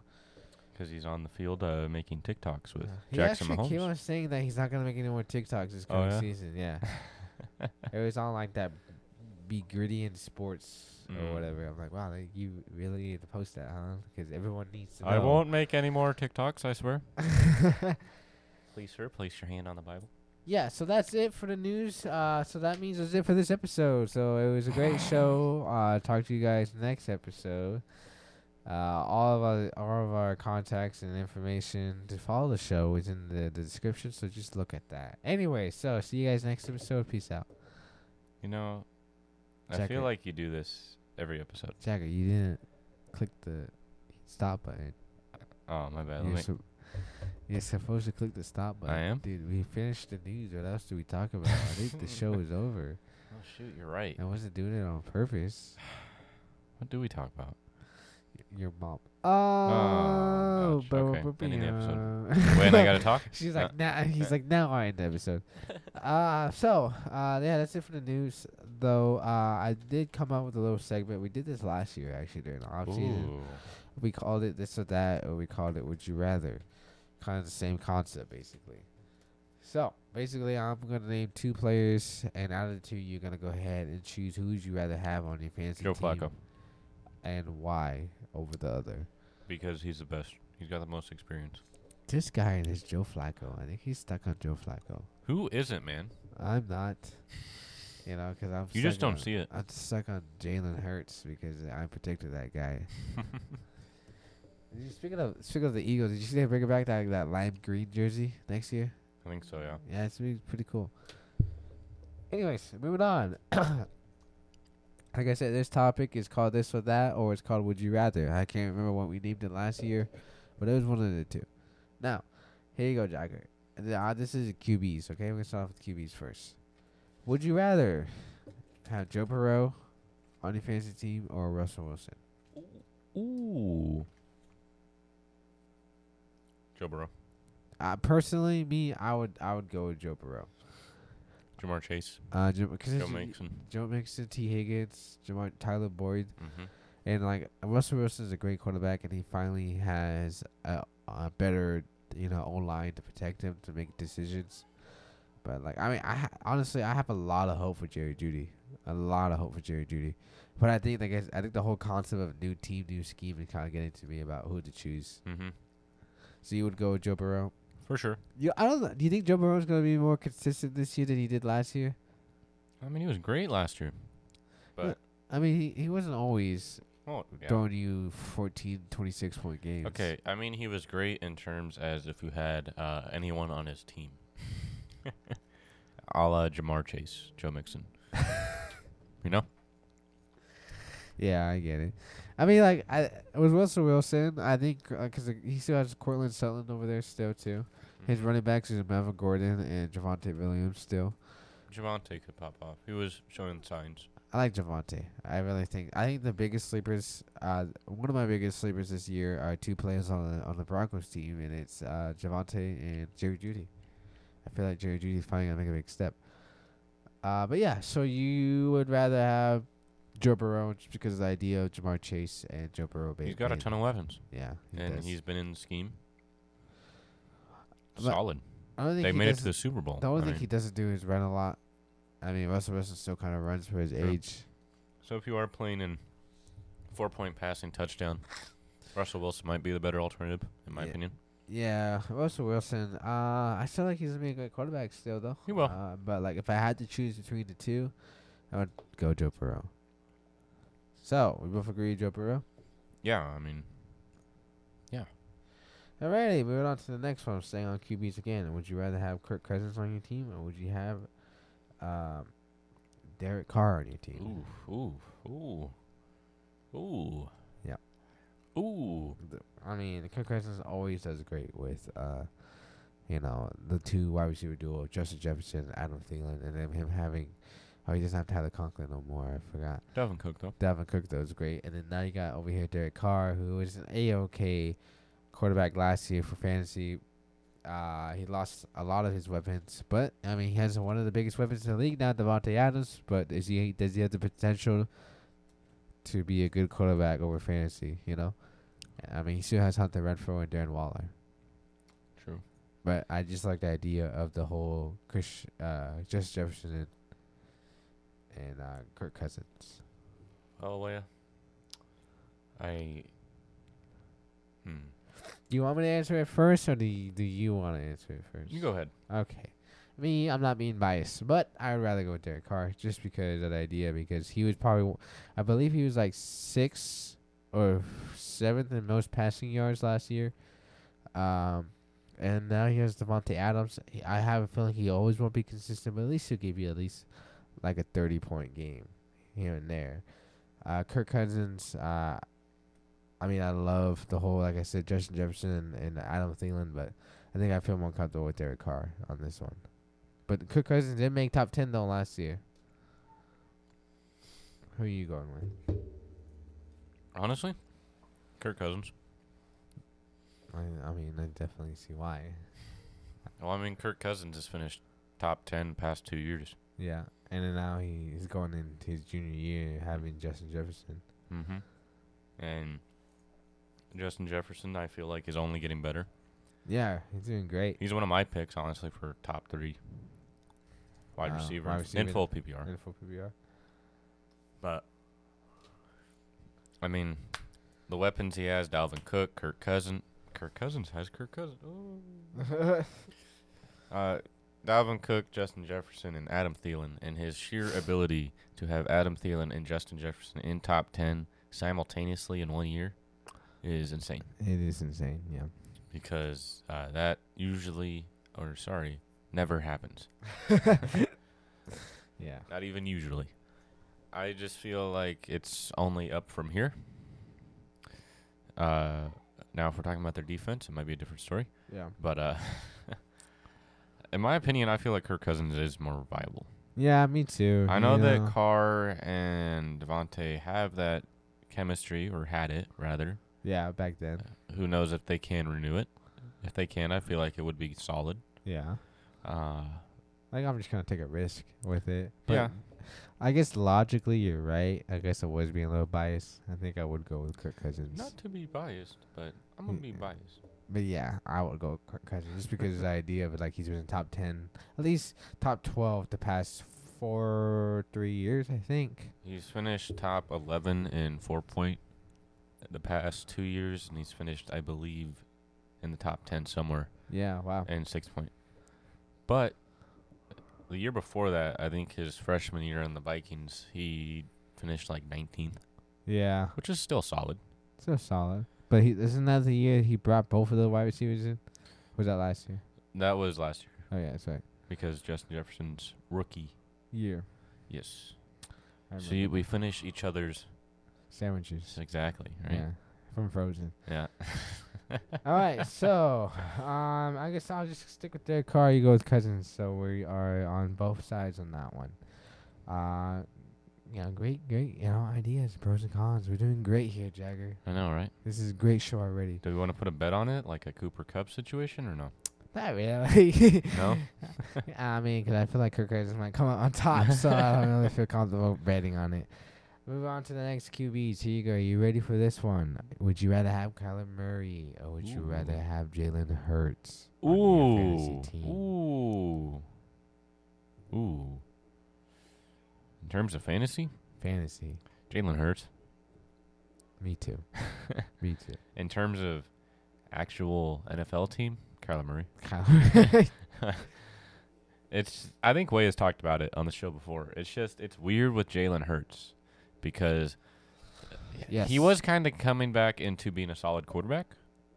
Speaker 2: because he's on the field uh, making TikToks with
Speaker 1: Yeah. he
Speaker 2: Jackson
Speaker 1: actually keep
Speaker 2: Mahomes.
Speaker 1: on saying that he's not gonna make any more TikToks this
Speaker 2: Oh,
Speaker 1: coming
Speaker 2: yeah?
Speaker 1: season. Yeah, it was on like that. Be gritty in sports
Speaker 2: Mm.
Speaker 1: or whatever. I'm like, wow, like, you really need to post that, huh? Because everyone needs to.
Speaker 2: I
Speaker 1: know.
Speaker 2: won't make any more TikToks. I swear. Please, sir, place your hand on the Bible.
Speaker 1: Yeah, so that's it for the news. Uh, so that means that's it for this episode. So it was a great show. Uh, talk to you guys next episode. Uh, all of our all of our contacts and information to follow the show is in the, the description. So just look at that. Anyway, so see you guys next episode. Peace out,
Speaker 2: You know, I
Speaker 1: Check
Speaker 2: feel
Speaker 1: it.
Speaker 2: like you do this every episode.
Speaker 1: Jagger. You didn't click the stop button.
Speaker 2: Oh my bad. Let
Speaker 1: You're
Speaker 2: me,
Speaker 1: so- You're supposed to click the stop button.
Speaker 2: am?
Speaker 1: Dude, we finished the news. What else do we talk about? I think the show is over.
Speaker 2: Oh shoot, you're right.
Speaker 1: I wasn't doing it on purpose.
Speaker 2: What do we talk about?
Speaker 1: Y- Your mom. Oh,
Speaker 2: gosh.
Speaker 1: bro.
Speaker 2: Okay, ending the
Speaker 1: episode.
Speaker 2: When I gotta talk?
Speaker 1: She's
Speaker 2: Uh,
Speaker 1: like, now. He's like, now I end the episode. Uh, so, uh, yeah, that's it for the news. Though, uh, I did come up with a little segment. We did this last year actually during the off season.
Speaker 2: Ooh.
Speaker 1: We called it this or that, or we called it Would You Rather. Kind of the same concept, basically. So, basically, I'm gonna name two players, and out of the two, you're gonna go ahead and choose who would you rather have on your fantasy
Speaker 2: Joe
Speaker 1: team
Speaker 2: Flacco
Speaker 1: and why over the other.
Speaker 2: because he's the best. He's got the most experience.
Speaker 1: This guy and his Joe Flacco. I think he's stuck on Joe Flacco.
Speaker 2: Who isn't, man?
Speaker 1: I'm not. You know, 'cause I'm.
Speaker 2: You just
Speaker 1: stuck
Speaker 2: don't
Speaker 1: on-
Speaker 2: see it.
Speaker 1: I'm stuck on Jalen Hurts because I predicted that guy. Did you- Speaking of speaking of the Eagles, did you see they bring back that that lime green jersey next year?
Speaker 2: I think so, yeah.
Speaker 1: Yeah, it's gonna be pretty cool. Anyways, moving on. like I said, this topic is called this or that, or it's called Would You Rather. I can't remember what we named it last year, but it was one of the two. Now, here you go, Jagger. The- uh, this is QBs, okay? We're gonna start off with QBs first. Would you rather have Joe Burrow on your fantasy team or Russell Wilson?
Speaker 2: Ooh. Joe Burrow.
Speaker 1: Uh, personally, me, I would, I would go with Joe Burrow.
Speaker 2: Jamar Chase.
Speaker 1: Uh, because
Speaker 2: Joe Mixon.
Speaker 1: Joe Mixon, T. Higgins, Jamar, Tyler Boyd,
Speaker 2: Mm-hmm.
Speaker 1: and like Russell Wilson is a great quarterback, and he finally has a, a better you know O line to protect him to make decisions. But like I mean, I ha- honestly I have a lot of hope for Jerry Judy, a lot of hope for Jerry Judy. But I think like I s- I think the whole concept of new team, new scheme is kind of getting to me about who to choose.
Speaker 2: Mm-hmm.
Speaker 1: So you would go with Joe Burrow.
Speaker 2: For sure.
Speaker 1: You I don't know. Do you think Joe Burrow's gonna be more consistent this year than he did last year?
Speaker 2: I mean, he was great last year. But,
Speaker 1: I mean, he, he wasn't always
Speaker 2: well, yeah.
Speaker 1: throwing you 14, 26 point games.
Speaker 2: Okay, I mean he was great in terms as if you had uh, anyone on his team, a la Jamar Chase, Joe Mixon. you know,
Speaker 1: Yeah, I get it. I mean, like, I with Russell Wilson, I think because he still has Cortland Sutton over there still too. His
Speaker 2: Mm-hmm.
Speaker 1: running backs is Melvin Gordon and Javante Williams still.
Speaker 2: Javante could pop off. He was showing signs.
Speaker 1: I like Javante. I really think I think the biggest sleepers, uh, one of my biggest sleepers this year are two players on the on the Broncos team, and it's uh, Javante and Jerry Judy. I feel like Jerry Judy's finally gonna make a big step. Uh, but yeah, so you would rather have Joe Burrow just because of the idea of Jamar Chase and Joe Burrow. ba-
Speaker 2: He's got a
Speaker 1: being-
Speaker 2: ton of weapons,
Speaker 1: Yeah, he
Speaker 2: and
Speaker 1: does.
Speaker 2: he's been in the scheme.
Speaker 1: But
Speaker 2: Solid.
Speaker 1: I don't think
Speaker 2: They
Speaker 1: he
Speaker 2: made it to
Speaker 1: doesn't-
Speaker 2: the Super Bowl.
Speaker 1: The only
Speaker 2: I
Speaker 1: thing
Speaker 2: mean,
Speaker 1: he doesn't do is run a lot. I mean, Russell Wilson still kind of runs for his
Speaker 2: True.
Speaker 1: age.
Speaker 2: so if you are playing in four-point passing touchdown, Russell Wilson might be the better alternative, in my
Speaker 1: Yeah.
Speaker 2: opinion.
Speaker 1: Yeah, Russell Wilson. Uh, I still like he's gonna be a good quarterback still, though.
Speaker 2: He will.
Speaker 1: Uh, but like, if I had to choose between the two, I would go Joe Burrow. So we both agree, Joe Burrow.
Speaker 2: Yeah, I mean,
Speaker 1: Alrighty, moving on to the next one. Staying on QBs again. Would you rather have Kirk Cousins on your team, or would you have um, Derek Carr on your team?
Speaker 2: ooh, ooh, ooh, ooh.
Speaker 1: Yep.
Speaker 2: Ooh.
Speaker 1: The- I mean, Kirk Cousins always does great with, uh, you know, the two wide receiver duo, Justin Jefferson, and Adam Thielen, and then him having, oh, he doesn't have Tyler Conklin no more. I forgot.
Speaker 2: Dalvin Cook though.
Speaker 1: Dalvin Cook though is great, and then now you got over here Derek Carr, who was an AOK quarterback last year for fantasy. Uh, he lost a lot of his weapons, but I mean he has one of the biggest weapons in the league now, Devontae Adams. But is he does he have the potential to be a good quarterback over fantasy? You know, I mean he still has Hunter Renfro and Darren Waller.
Speaker 2: True.
Speaker 1: But I just like the idea of the whole Chris, uh, Justin Jefferson and, and uh, Kirk Cousins.
Speaker 2: Oh, Leia. I. Hmm.
Speaker 1: Do you want me to answer it first, or do you, do you want to answer it first?
Speaker 2: You go ahead.
Speaker 1: Okay. Me, I'm not being biased, but I would rather go with Derek Carr just because of the idea. Because he was probably, w- I believe he was like sixth or seventh in most passing yards last year. Um, and now he has Devontae Adams. He- I have a feeling he always won't be consistent, but at least he'll give you at least like a 30 point game here and there. Uh, Kirk Cousins, uh, I mean, I love the whole, like I said, Justin Jefferson and, and Adam Thielen, but I I think I feel more comfortable with Derek Carr on this one. But Kirk Cousins didn't make top ten though last year. Who are you going with?
Speaker 2: Honestly, Kirk Cousins.
Speaker 1: I, I mean, I definitely see why.
Speaker 2: Well, I mean, Kirk Cousins has finished top ten past two years.
Speaker 1: Yeah, and then now he's going into his junior year having Justin Jefferson.
Speaker 2: Mm-hmm. And Justin Jefferson, I feel like, is only getting better.
Speaker 1: Yeah, he's doing great.
Speaker 2: He's one of my picks, honestly, for top three wide
Speaker 1: Wow,
Speaker 2: receiver,
Speaker 1: Uh, wide
Speaker 2: in- in
Speaker 1: receiver.
Speaker 2: full PPR.
Speaker 1: In full PBR.
Speaker 2: But I mean, the weapons he has: Dalvin Cook, Kirk Cousins. Kirk Cousins has Kirk Cousins. Ooh. Uh, Dalvin Cook, Justin Jefferson, and Adam Thielen, and his sheer ability to have Adam Thielen and Justin Jefferson in top ten simultaneously in one year is insane.
Speaker 1: It is insane. Yeah.
Speaker 2: because uh, that usually, or sorry, never happens.
Speaker 1: Yeah.
Speaker 2: Not even usually. I just feel like it's only up from here. Uh, now, if we're talking about their defense, it might be a different story.
Speaker 1: Yeah.
Speaker 2: But uh, in my opinion, I feel like Kirk Cousins is more viable.
Speaker 1: Yeah, me too.
Speaker 2: I know
Speaker 1: you
Speaker 2: that Carr and Devontae have that chemistry, or had it rather.
Speaker 1: yeah, back then.
Speaker 2: Who knows if they can renew it? If they can, I feel like it would be solid.
Speaker 1: Yeah.
Speaker 2: Uh,
Speaker 1: Like I'm just gonna take a risk with it. But
Speaker 2: Yeah.
Speaker 1: I guess logically you're right. I guess I was being a little biased. I think I would go with Kirk Cousins.
Speaker 2: Not to be biased, but I'm gonna be biased.
Speaker 1: But yeah, I would go with Kirk Cousins just because of the idea of like he's been in top ten, at least top twelve the past four three years, I think.
Speaker 2: He's finished top 11 in four point the past two years, and he's finished, I believe, in the top 10 somewhere
Speaker 1: Yeah, wow.
Speaker 2: in six point. But the year before that, I think his freshman year on the Vikings, he finished like 19th,
Speaker 1: Yeah.
Speaker 2: which is still solid.
Speaker 1: So solid. But he isn't that the year he brought both of the wide receivers in? Was that last year?
Speaker 2: That was last year
Speaker 1: Oh yeah, that's right.
Speaker 2: because Justin Jefferson's rookie.
Speaker 1: Year.
Speaker 2: Yes.
Speaker 1: I remember.
Speaker 2: See, we finish each other's
Speaker 1: Sandwiches.
Speaker 2: exactly, right?
Speaker 1: Yeah. From Frozen.
Speaker 2: Yeah.
Speaker 1: All right, so um, I guess I'll just stick with their car. You go with Cousins, so we are on both sides on that one. Uh, you know, great, great, you know, ideas, pros and cons. We're doing great here, Jagger.
Speaker 2: I know, right?
Speaker 1: This is a great show already.
Speaker 2: Do we want to put a bet on it, like a Cooper Cup situation, or no?
Speaker 1: Not really.
Speaker 2: No.
Speaker 1: I mean, 'cause I feel like Kirk Cousins might come out on top, so I don't really feel comfortable betting on it. Move on to the next QBs. Here you go. You ready for this one? Would you rather have Kyler Murray or would you rather
Speaker 2: Ooh.
Speaker 1: have Jalen Hurts? on your fantasy
Speaker 2: Ooh.
Speaker 1: team?
Speaker 2: Ooh. Ooh. In terms of fantasy,
Speaker 1: Fantasy.
Speaker 2: Jalen Hurts.
Speaker 1: Me too. Me too.
Speaker 2: In terms of actual NFL team, Kyler Murray.
Speaker 1: Kyler.
Speaker 2: It's I think Way has talked about it on the show before. It's just it's weird with Jalen Hurts because
Speaker 1: yes.
Speaker 2: He was kind of coming back into being a solid quarterback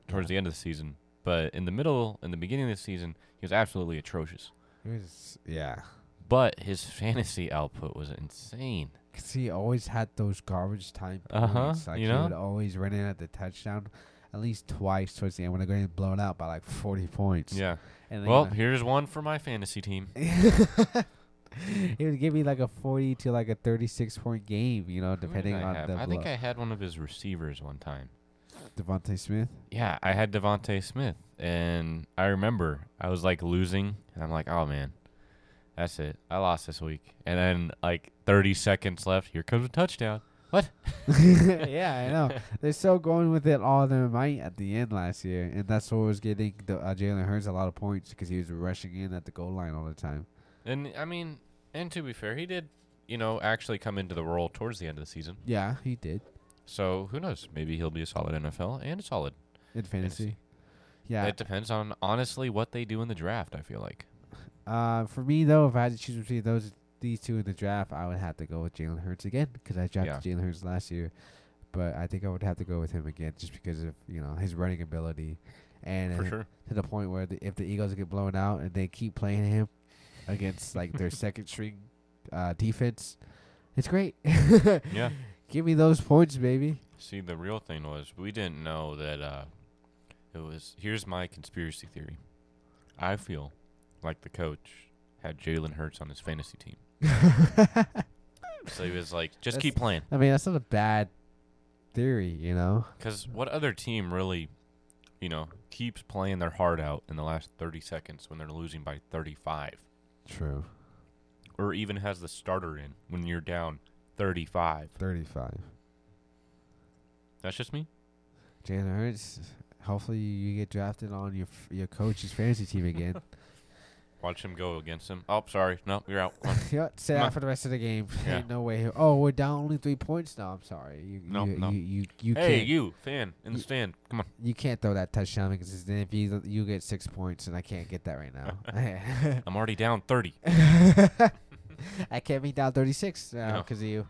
Speaker 2: towards the end of the season, but in the middle, in the beginning of the season, he was absolutely atrocious.
Speaker 1: He was. Yeah.
Speaker 2: But his fantasy output was insane.
Speaker 1: Cause he always had those garbage time points.
Speaker 2: Uh-huh,
Speaker 1: Like
Speaker 2: you
Speaker 1: he
Speaker 2: know?
Speaker 1: would always run in at the touchdown, at least twice towards the end when they're getting blown out by like forty points.
Speaker 2: Yeah.
Speaker 1: And then,
Speaker 2: Well,
Speaker 1: you
Speaker 2: here's one for my fantasy team.
Speaker 1: know, he would give me like a forty to like a thirty-six point game. You know,
Speaker 2: Who did
Speaker 1: depending
Speaker 2: I
Speaker 1: on
Speaker 2: have?
Speaker 1: the
Speaker 2: I think
Speaker 1: blow.
Speaker 2: I had one of his receivers one time.
Speaker 1: Devontae Smith.
Speaker 2: Yeah, I had Devonte Smith, and I remember I was like losing, and I'm like, oh man, that's it. I lost this week, and then like 30 seconds left. Here comes a touchdown.
Speaker 1: yeah, I know. They're still going with it all their might at the end last year, and that's what was getting the, uh, Jalen Hurts a lot of points because he was rushing in at the goal line all the time.
Speaker 2: And I mean, and to be fair, he did, you know, actually come into the role towards the end of the season.
Speaker 1: Yeah, he did
Speaker 2: So who knows? Maybe he'll be a solid NFL and solid.
Speaker 1: in fantasy. Yeah.
Speaker 2: It depends on honestly what they do in the draft. I feel like.
Speaker 1: uh, for me though, if I had to choose between those these two in the draft, I would have to go with Jalen Hurts again because I drafted Jalen Hurts last year, but I think I would have to go with him again just because of you know his running ability, and uh,
Speaker 2: sure.
Speaker 1: to the point where the, if the Eagles get blown out and they keep playing him against like their second string uh, defense, it's great.
Speaker 2: Yeah.
Speaker 1: Give me those points, baby.
Speaker 2: See, the real thing was we didn't know that. uh It was here's my conspiracy theory. I feel like the coach had Jalen Hurts on his fantasy team, so he was like, just
Speaker 1: That's-
Speaker 2: keep playing.
Speaker 1: I mean, that's not a bad theory, you know.
Speaker 2: Because what other team really, you know, keeps playing their heart out in the last 30 seconds when they're losing by 35?
Speaker 1: True.
Speaker 2: Or even has the starter in when you're down 35?
Speaker 1: Thirty-five.
Speaker 2: That's just me?
Speaker 1: Jalen Hurts. Hopefully, you get drafted on your f- your coach's fantasy team again.
Speaker 2: Watch him go against him. Oh, sorry. No, you're out. Come on.
Speaker 1: yeah, say
Speaker 2: Come
Speaker 1: that
Speaker 2: on.
Speaker 1: for the rest of the game.
Speaker 2: Yeah.
Speaker 1: Ain't no way. Oh, we're down only three points now. I'm sorry. You,
Speaker 2: No,
Speaker 1: you,
Speaker 2: no.
Speaker 1: you, you, you
Speaker 2: hey,
Speaker 1: can't.
Speaker 2: you, fan in the
Speaker 1: You-
Speaker 2: stand. Come on.
Speaker 1: you can't throw that touchdown because it's- then if you you get six points and I can't get that right now.
Speaker 2: I'm already down 30.
Speaker 1: I can't be down 36 now
Speaker 2: No.
Speaker 1: because of you.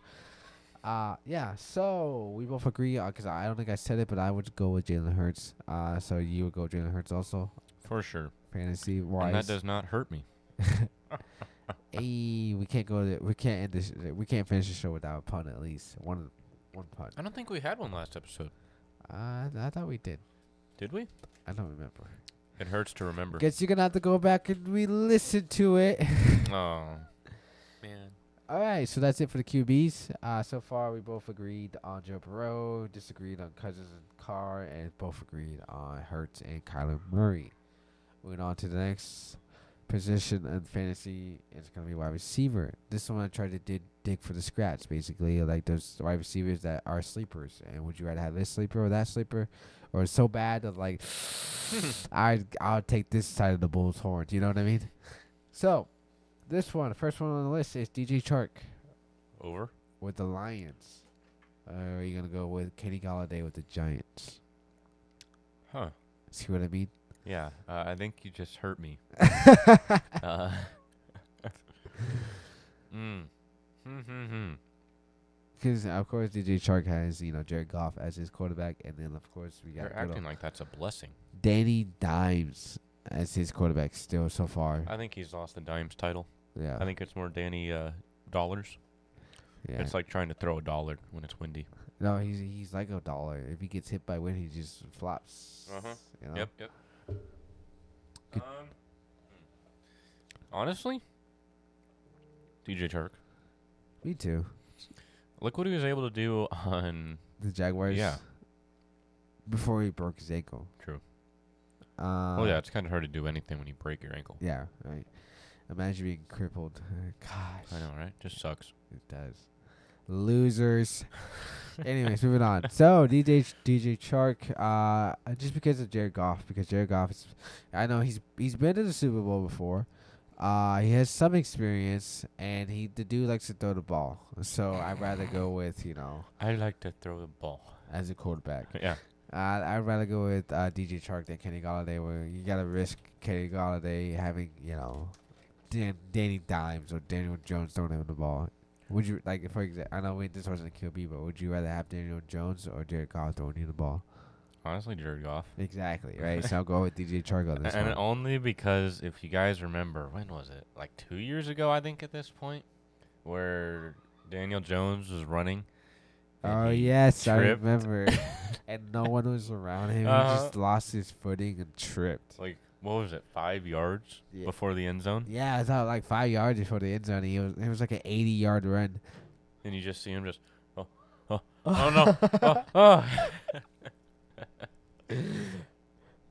Speaker 1: Uh, yeah, so we both agree because I don't think I said it, but I would go with Jalen Hurts. Uh, so you would go Jalen Hurts also,
Speaker 2: For sure.
Speaker 1: fantasy
Speaker 2: And that
Speaker 1: wise.
Speaker 2: does not hurt me.
Speaker 1: Ayy, we can't go. To, we can't end this. We can't finish the show without a pun at least one. One pun.
Speaker 2: I don't think we had one last episode.
Speaker 1: Uh, I thought we did.
Speaker 2: Did we?
Speaker 1: I don't remember.
Speaker 2: It hurts to remember.
Speaker 1: Guess you're gonna have to go back and re-listen to it.
Speaker 2: Oh, man.
Speaker 1: All right, so that's it for the QBs. Uh, so far, we both agreed on Joe Burrow, disagreed on Cousins and Carr, and both agreed on Hurts and Kyler Murray. Moving on to the next position in fantasy, it's gonna be wide receiver. This one I tried to did dig for the scratch, basically, like those wide receivers that are sleepers. And would you rather have this sleeper or that sleeper, or so bad that like I I'll take this side of the bull's horn. You know what I mean? So. This one, first one on the list is DJ Chark
Speaker 2: Over.
Speaker 1: with the Lions. Uh, are you gonna go with Kenny Galladay with the Giants?
Speaker 2: Huh.
Speaker 1: See what I mean?
Speaker 2: Yeah. Uh, I think you just hurt me. uh, mm. Mm-hmm.
Speaker 1: Because of course DJ Chark has you know Jared Goff as his quarterback, and then of course we got
Speaker 2: You're
Speaker 1: good old
Speaker 2: acting like that's a blessing.
Speaker 1: Danny Dimes as his quarterback still so far.
Speaker 2: I think he's lost the dimes title.
Speaker 1: yeah,
Speaker 2: I think it's more Danny uh, dollars.
Speaker 1: Uh-huh. yeah.
Speaker 2: It's like trying to throw a dollar when it's windy.
Speaker 1: no, he's he's like a dollar. If he gets hit by wind, he just flops.
Speaker 2: Uh-huh.
Speaker 1: you know?
Speaker 2: Yep. Yep.
Speaker 1: Good.
Speaker 2: Um, honestly, DJ Chark.
Speaker 1: Me too.
Speaker 2: Look what he was able to do on.
Speaker 1: The Jaguars.
Speaker 2: Yeah.
Speaker 1: Before he broke his ankle.
Speaker 2: True.
Speaker 1: Uh,
Speaker 2: oh yeah, it's kind of hard to do anything when you break your ankle.
Speaker 1: Yeah, right. Imagine being crippled. Gosh,
Speaker 2: I know, right? Just sucks.
Speaker 1: it does. Losers. Anyways, moving on. So DJ Ch- DJ Chark, uh, just because of Jared Goff, because Jared Goff is, I know he's he's been to the Super Bowl before. Uh, he has some experience, and he the dude likes to throw the ball. So I'd rather go with you know
Speaker 2: I like to throw the ball.
Speaker 1: as a quarterback.
Speaker 2: Yeah.
Speaker 1: Uh, I'd rather go with uh, DJ Chark than Kenny Galladay, where you gotta risk Kenny Galladay having you know Dan- Danny Dimes or Daniel Jones throwing him the ball. Would you like for example? I know wait, this wasn't a QB, but would you rather have Daniel Jones or Jared Goff throwing you the ball?
Speaker 2: Honestly, Jared Goff.
Speaker 1: Exactly right. so I'll go with DJ Chark on this
Speaker 2: and
Speaker 1: one.
Speaker 2: only because if you guys remember, when was it? Like two years ago, I think, at this point, where Daniel Jones was running. and
Speaker 1: Oh
Speaker 2: he
Speaker 1: yes, I
Speaker 2: tripped.
Speaker 1: remember. and no one was around him.
Speaker 2: Uh-huh.
Speaker 1: He just lost his footing and tripped.
Speaker 2: Like, what was it, five yards
Speaker 1: Yeah.
Speaker 2: before the end zone?
Speaker 1: Yeah, I thought like five yards before the end zone. He was it was like an eighty yard run.
Speaker 2: And you just see him just, oh, oh, oh no, oh, oh.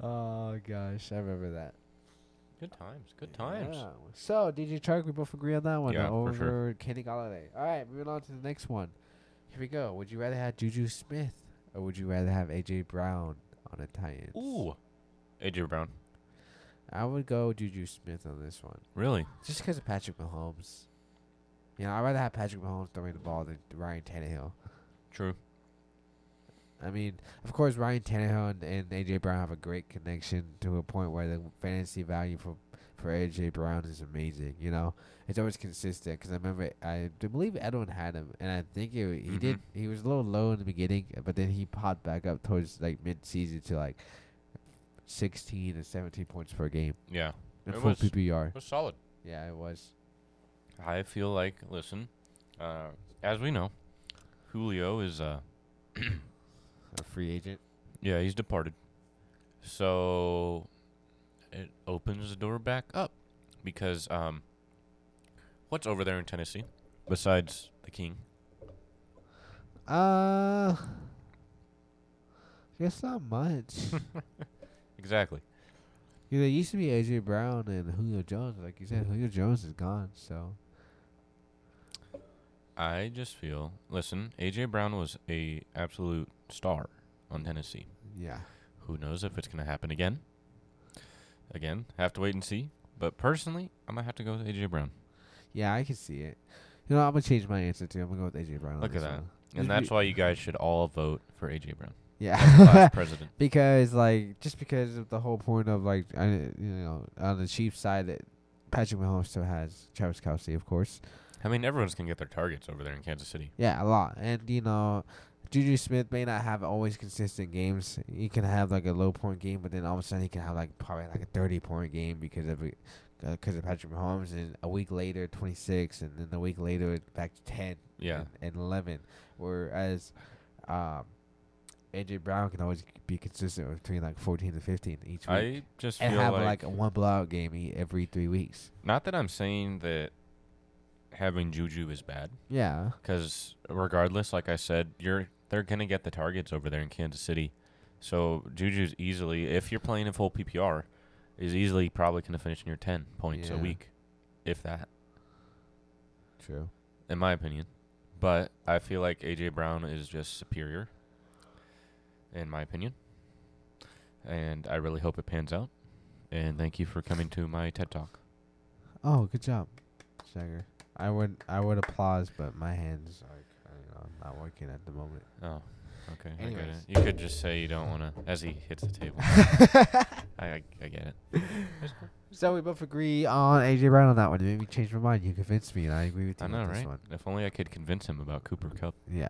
Speaker 1: Oh gosh, I remember that.
Speaker 2: Good times, good times.
Speaker 1: Yeah. So DJ Chark, we both agree on that one.
Speaker 2: Yeah,
Speaker 1: over
Speaker 2: for sure.
Speaker 1: Kenny Galladay. All right, moving on to the next one. Here we go. Would you rather have Juju Smith or would you rather have AJ Brown on a Titans?
Speaker 2: Ooh. AJ Brown.
Speaker 1: I would go Juju Smith on this one,
Speaker 2: Really?
Speaker 1: just because of Patrick Mahomes. You know, I'd rather have Patrick Mahomes throwing the ball than Ryan Tannehill.
Speaker 2: True.
Speaker 1: I mean, of course, Ryan Tannehill and, and AJ Brown have a great connection to a point where the fantasy value for for AJ Brown is amazing. You know, it's always consistent because I remember I do believe Edwin had him, and I think it, he
Speaker 2: Mhm.
Speaker 1: did. He was a little low in the beginning, but then he popped back up towards like mid season to like sixteen or seventeen points per game
Speaker 2: Yeah.
Speaker 1: in
Speaker 2: It
Speaker 1: full
Speaker 2: was-
Speaker 1: PPR.
Speaker 2: It was solid.
Speaker 1: Yeah, it was.
Speaker 2: I feel like, listen, uh, as we know, Julio is uh,
Speaker 1: A free agent.
Speaker 2: Yeah, he's departed. So it opens the door back up because um, what's over there in Tennessee besides the king?
Speaker 1: Uh, guess not much.
Speaker 2: Exactly.
Speaker 1: yeah, there used to be AJ Brown and Julio Jones. Like you said, Julio Jones is gone. So
Speaker 2: I just feel listen, AJ Brown was a absolute star on Tennessee.
Speaker 1: yeah,
Speaker 2: Who knows if it's gonna happen again? Again, have to wait and see. But personally, I'm gonna have to go with AJ Brown,
Speaker 1: yeah, I can see it. You know, I'm gonna change my answer too. I'm gonna go with AJ Brown. on
Speaker 2: Look at
Speaker 1: this
Speaker 2: that.
Speaker 1: one. Just
Speaker 2: and that's
Speaker 1: be-
Speaker 2: why you guys should all vote for AJ Brown,
Speaker 1: Yeah.
Speaker 2: class president.
Speaker 1: because like just because of the whole point of like I, you know on the Chiefs side that Patrick Mahomes still has Travis Kelsey of course
Speaker 2: I mean, everyone's gonna get their targets over there in Kansas City.
Speaker 1: yeah a lot and you know Juju Smith may not have always consistent games he can have like a low point game but then all of a sudden he can have like probably like a thirty point game because of it because of Patrick Mahomes and a week later twenty six and then a week later it's back to ten
Speaker 2: Yeah,
Speaker 1: and, and 11 whereas um AJ Brown can always be consistent between like 14 to 15 each week
Speaker 2: I just feel
Speaker 1: and have
Speaker 2: like
Speaker 1: like, a one blowout game e- every 3 weeks.
Speaker 2: Not that I'm saying that having Juju is bad,
Speaker 1: Yeah.
Speaker 2: because regardless, like I said, you're they're gonna get the targets over there in Kansas City. So Juju's easily, if you're playing in full PPR, is easily probably gonna finish in your ten points a
Speaker 1: Yeah.
Speaker 2: week, if that,
Speaker 1: True.
Speaker 2: in my opinion. But I feel like AJ Brown is just superior, in my opinion. And I really hope it pans out. And thank you for coming to my TED Talk.
Speaker 1: Oh, good job. Shagger. I would I would applause but my hands like I don't know, I'm not working at the moment.
Speaker 2: Oh, okay. I get it.
Speaker 1: Anyways.
Speaker 2: You could just say you don't want to, as he hits the table. I, I, I get it.
Speaker 1: So we both agree on AJ Brown on that one. You made me change my mind. You convinced me and I agree with you
Speaker 2: I know,
Speaker 1: on this
Speaker 2: right?
Speaker 1: one.
Speaker 2: If only I could convince him about Cooper Cup.
Speaker 1: Yeah.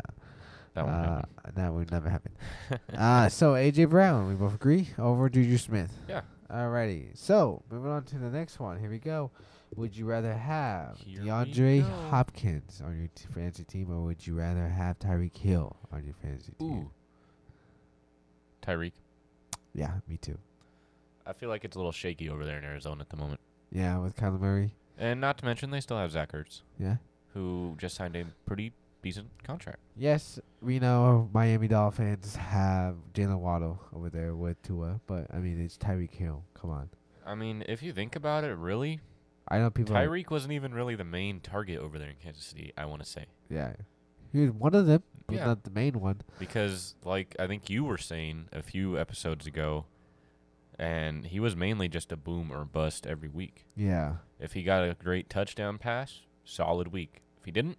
Speaker 2: That won't
Speaker 1: uh,
Speaker 2: happen.
Speaker 1: That would never happen. uh, so AJ Brown, we both agree over Juju Smith.
Speaker 2: Yeah.
Speaker 1: Alrighty. So moving on to the next one. Here we go. Would you rather have
Speaker 2: Here we
Speaker 1: DeAndre
Speaker 2: go.
Speaker 1: Hopkins on your t- fantasy team, or would you rather have Tyreek Hill on your fantasy team?
Speaker 2: Uh, Ooh. Tyreek.
Speaker 1: Yeah, me too.
Speaker 2: I feel like it's a little shaky over there in Arizona at the moment.
Speaker 1: Yeah, with Kyler Murray.
Speaker 2: And not to mention, they still have Zach Ertz,
Speaker 1: Yeah.
Speaker 2: who just signed a pretty decent contract.
Speaker 1: Yes, we know Miami Dolphins have Jalen Waddle over there with Tua, but I mean it's Tyreek Hill. Come on.
Speaker 2: I mean, if you think about it, really,
Speaker 1: I know people. are-
Speaker 2: Tyreek wasn't even really the main target over there in Kansas City, I want to say.
Speaker 1: yeah, he was one of them, but
Speaker 2: Yeah.
Speaker 1: not the main one.
Speaker 2: because like I think you were saying a few episodes ago, and he was mainly just a boom or bust every week.
Speaker 1: Yeah.
Speaker 2: If he got a great touchdown pass, solid week. If he didn't,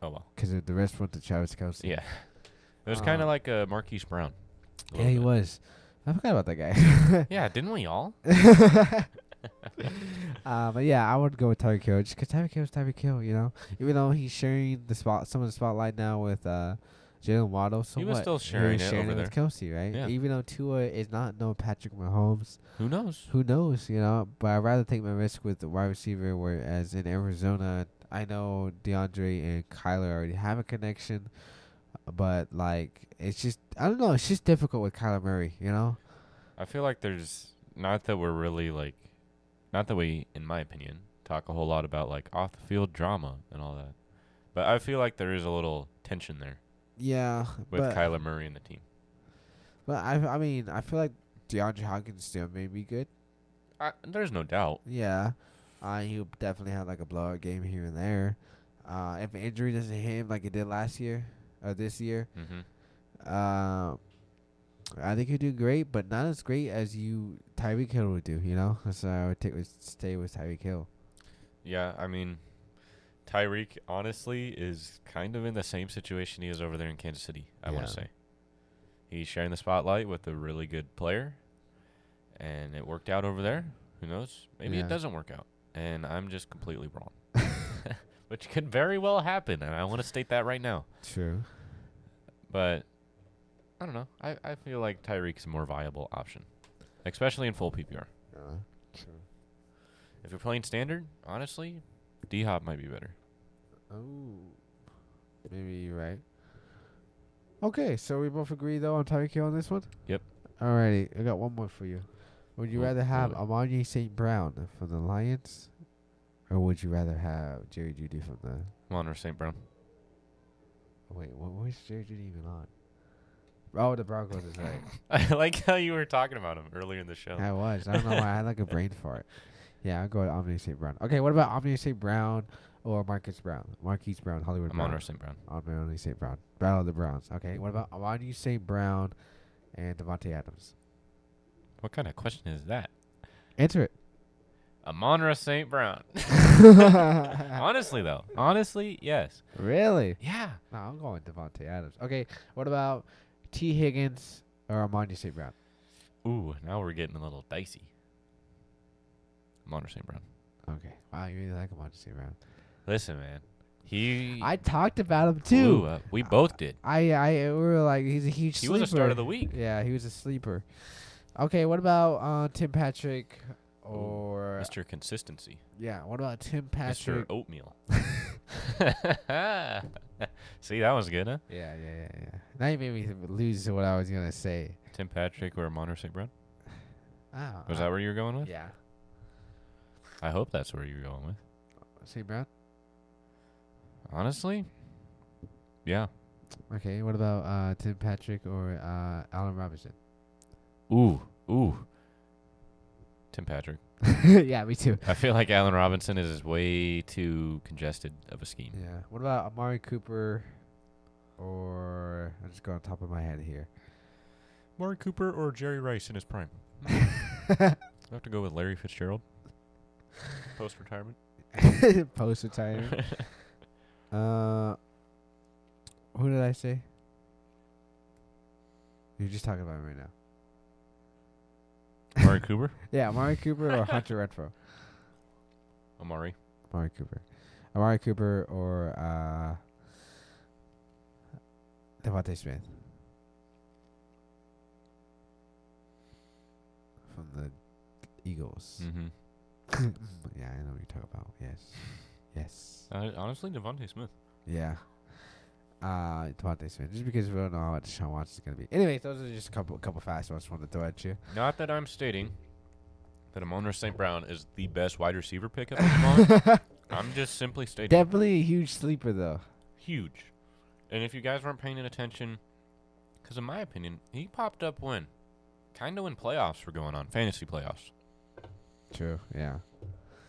Speaker 2: oh well.
Speaker 1: 'Cause because the rest went to Travis Kelsey.
Speaker 2: Yeah, it was kind
Speaker 1: Uh,
Speaker 2: of like a Marquise Brown. a
Speaker 1: Yeah,
Speaker 2: little
Speaker 1: he
Speaker 2: bit.
Speaker 1: was. I forgot about that guy.
Speaker 2: Yeah, didn't we all?
Speaker 1: uh, but yeah, I would go with Tyreek Hill just 'cause Tyreek Hill is Tyreek Hill, you know. Even though he's sharing the spot, some of the spotlight now with uh, Jalen Waddle, so
Speaker 2: He was
Speaker 1: what?
Speaker 2: still
Speaker 1: he
Speaker 2: sharing
Speaker 1: was
Speaker 2: it
Speaker 1: sharing
Speaker 2: over
Speaker 1: it with
Speaker 2: there.
Speaker 1: Kelsey, right?
Speaker 2: Yeah.
Speaker 1: Even though Tua is not no Patrick Mahomes,
Speaker 2: Who knows?
Speaker 1: who knows, you know? But I'd rather take my risk with the wide receiver, whereas in Arizona, I know DeAndre and Kyler already have a connection, but like it's just I don't know, it's just difficult with Kyler Murray, you know?
Speaker 2: I feel like there's not that we're really like, not that we, in my opinion, talk a whole lot about like off the field drama and all that, but I feel like there is a little tension there.
Speaker 1: Yeah,
Speaker 2: with
Speaker 1: but,
Speaker 2: Kyler Murray and the team.
Speaker 1: but I I mean I feel like DeAndre Hopkins still may be good.
Speaker 2: I, there's no doubt.
Speaker 1: Yeah, uh, he'll definitely have like a blowout game here and there. Uh, if an injury doesn't hit him like it did last year or this year,
Speaker 2: Mm-hmm.
Speaker 1: uh, I think he'll do great, but not as great as you Tyreek Hill would do. You know, so I would take with, stay with Tyreek Hill.
Speaker 2: Yeah, I mean, Tyreek honestly is kind of in the same situation he is over there in Kansas City. I want
Speaker 1: Yeah.
Speaker 2: to say he's sharing the spotlight with a really good player, and it worked out over there. Who knows? Maybe
Speaker 1: Yeah.
Speaker 2: it doesn't work out, and I'm just completely wrong, which could very well happen. And I want to state that right now.
Speaker 1: True.
Speaker 2: But I don't know. I, I feel like Tyreek's a more viable option, especially in full PPR.
Speaker 1: Uh, true.
Speaker 2: If you're playing standard, honestly, D Hop might be better.
Speaker 1: Oh, maybe you're right. Okay, so we both agree though on Tyreek Hill on this one.
Speaker 2: Yep.
Speaker 1: Alrighty, I got one more for you. Would you
Speaker 2: Well,
Speaker 1: rather have
Speaker 2: really.
Speaker 1: Amani St. Brown from the Lions, or would you rather have Jerry Judy from the? oh,
Speaker 2: Monroe St. Brown.
Speaker 1: Wait, what? Where's Jerry Judy even on? Oh, the Broncos is right.
Speaker 2: I like how you were talking about him earlier in the show.
Speaker 1: I was. I don't know why. I had like a brain fart. Yeah, I'll go with Omni St. Brown. Okay, what about Omni St. Brown or Marcus Brown? Marquise Brown, Hollywood Brown.
Speaker 2: Monroe St. Brown.
Speaker 1: Amani St. Brown. Battle of the Browns. Okay, what about Amani St. Brown and Devontae Adams?
Speaker 2: What kind of question is that?
Speaker 1: Answer it.
Speaker 2: A Monroe St. Brown. honestly, though. Honestly, yes.
Speaker 1: Really?
Speaker 2: Yeah.
Speaker 1: No, I'm going Devontae Adams. Okay, what about T. Higgins or Amani St. Brown?
Speaker 2: Ooh, now we're getting a little dicey. Monroe St. Brown.
Speaker 1: Okay. Wow, you really like Amani St. Brown.
Speaker 2: Listen, man. He.
Speaker 1: I talked about him too. Ah.
Speaker 2: blew up. We both did.
Speaker 1: I, I, we were like, he's a huge.
Speaker 2: He
Speaker 1: sleeper.
Speaker 2: was a start of the week.
Speaker 1: Yeah, he was a sleeper. Okay, what about uh, Tim Patrick or
Speaker 2: Mr. Consistency.
Speaker 1: yeah? What about Tim
Speaker 2: Mr.
Speaker 1: Patrick?
Speaker 2: Oatmeal. See, that was good, huh?
Speaker 1: Yeah, yeah, yeah, yeah. Now you made me th- lose what I was gonna say.
Speaker 2: Tim Patrick or Monroe St. Brown?
Speaker 1: Oh,
Speaker 2: Was that where you were going with?
Speaker 1: Yeah,
Speaker 2: I hope that's where you were going with.
Speaker 1: St. Brown.
Speaker 2: Honestly? Yeah.
Speaker 1: Okay, what about uh, Tim Patrick or uh, Allen Robinson?
Speaker 2: Ooh, ooh. Tim Patrick.
Speaker 1: yeah, me too.
Speaker 2: I feel like Allen Robinson is way too congested of a scheme.
Speaker 1: Yeah. What about Amari Cooper or I'm just going on top of my head here.
Speaker 2: Mark Cooper or Jerry Rice in his prime? I have to go with Larry Fitzgerald. Post retirement.
Speaker 1: Post retirement. Uh, who did I say? You're just talking about him right now.
Speaker 2: Amari Cooper?
Speaker 1: Yeah, Amari Cooper or Hunter Renfro.
Speaker 2: Amari.
Speaker 1: Amari Cooper, Amari Cooper or uh, Devontae Smith from the Eagles.
Speaker 2: Mm-hmm.
Speaker 1: Hmm. yeah, I know what you're talking about. Yes, yes.
Speaker 2: Uh, honestly, Devontae Smith.
Speaker 1: Yeah. Uh, Devontae Smith, just because we don't know how much Deshaun Watson is gonna be. Anyway, those are just a couple, couple fast ones I wanted to throw at you.
Speaker 2: Not that I'm stating that Amon St. Brown is the best wide receiver pickup of the moment. I'm just simply stating
Speaker 1: Definitely a huge sleeper though.
Speaker 2: huge. And if you guys weren't paying attention, because in my opinion, he popped up when, kind of when playoffs were going on, fantasy playoffs.
Speaker 1: True. Yeah.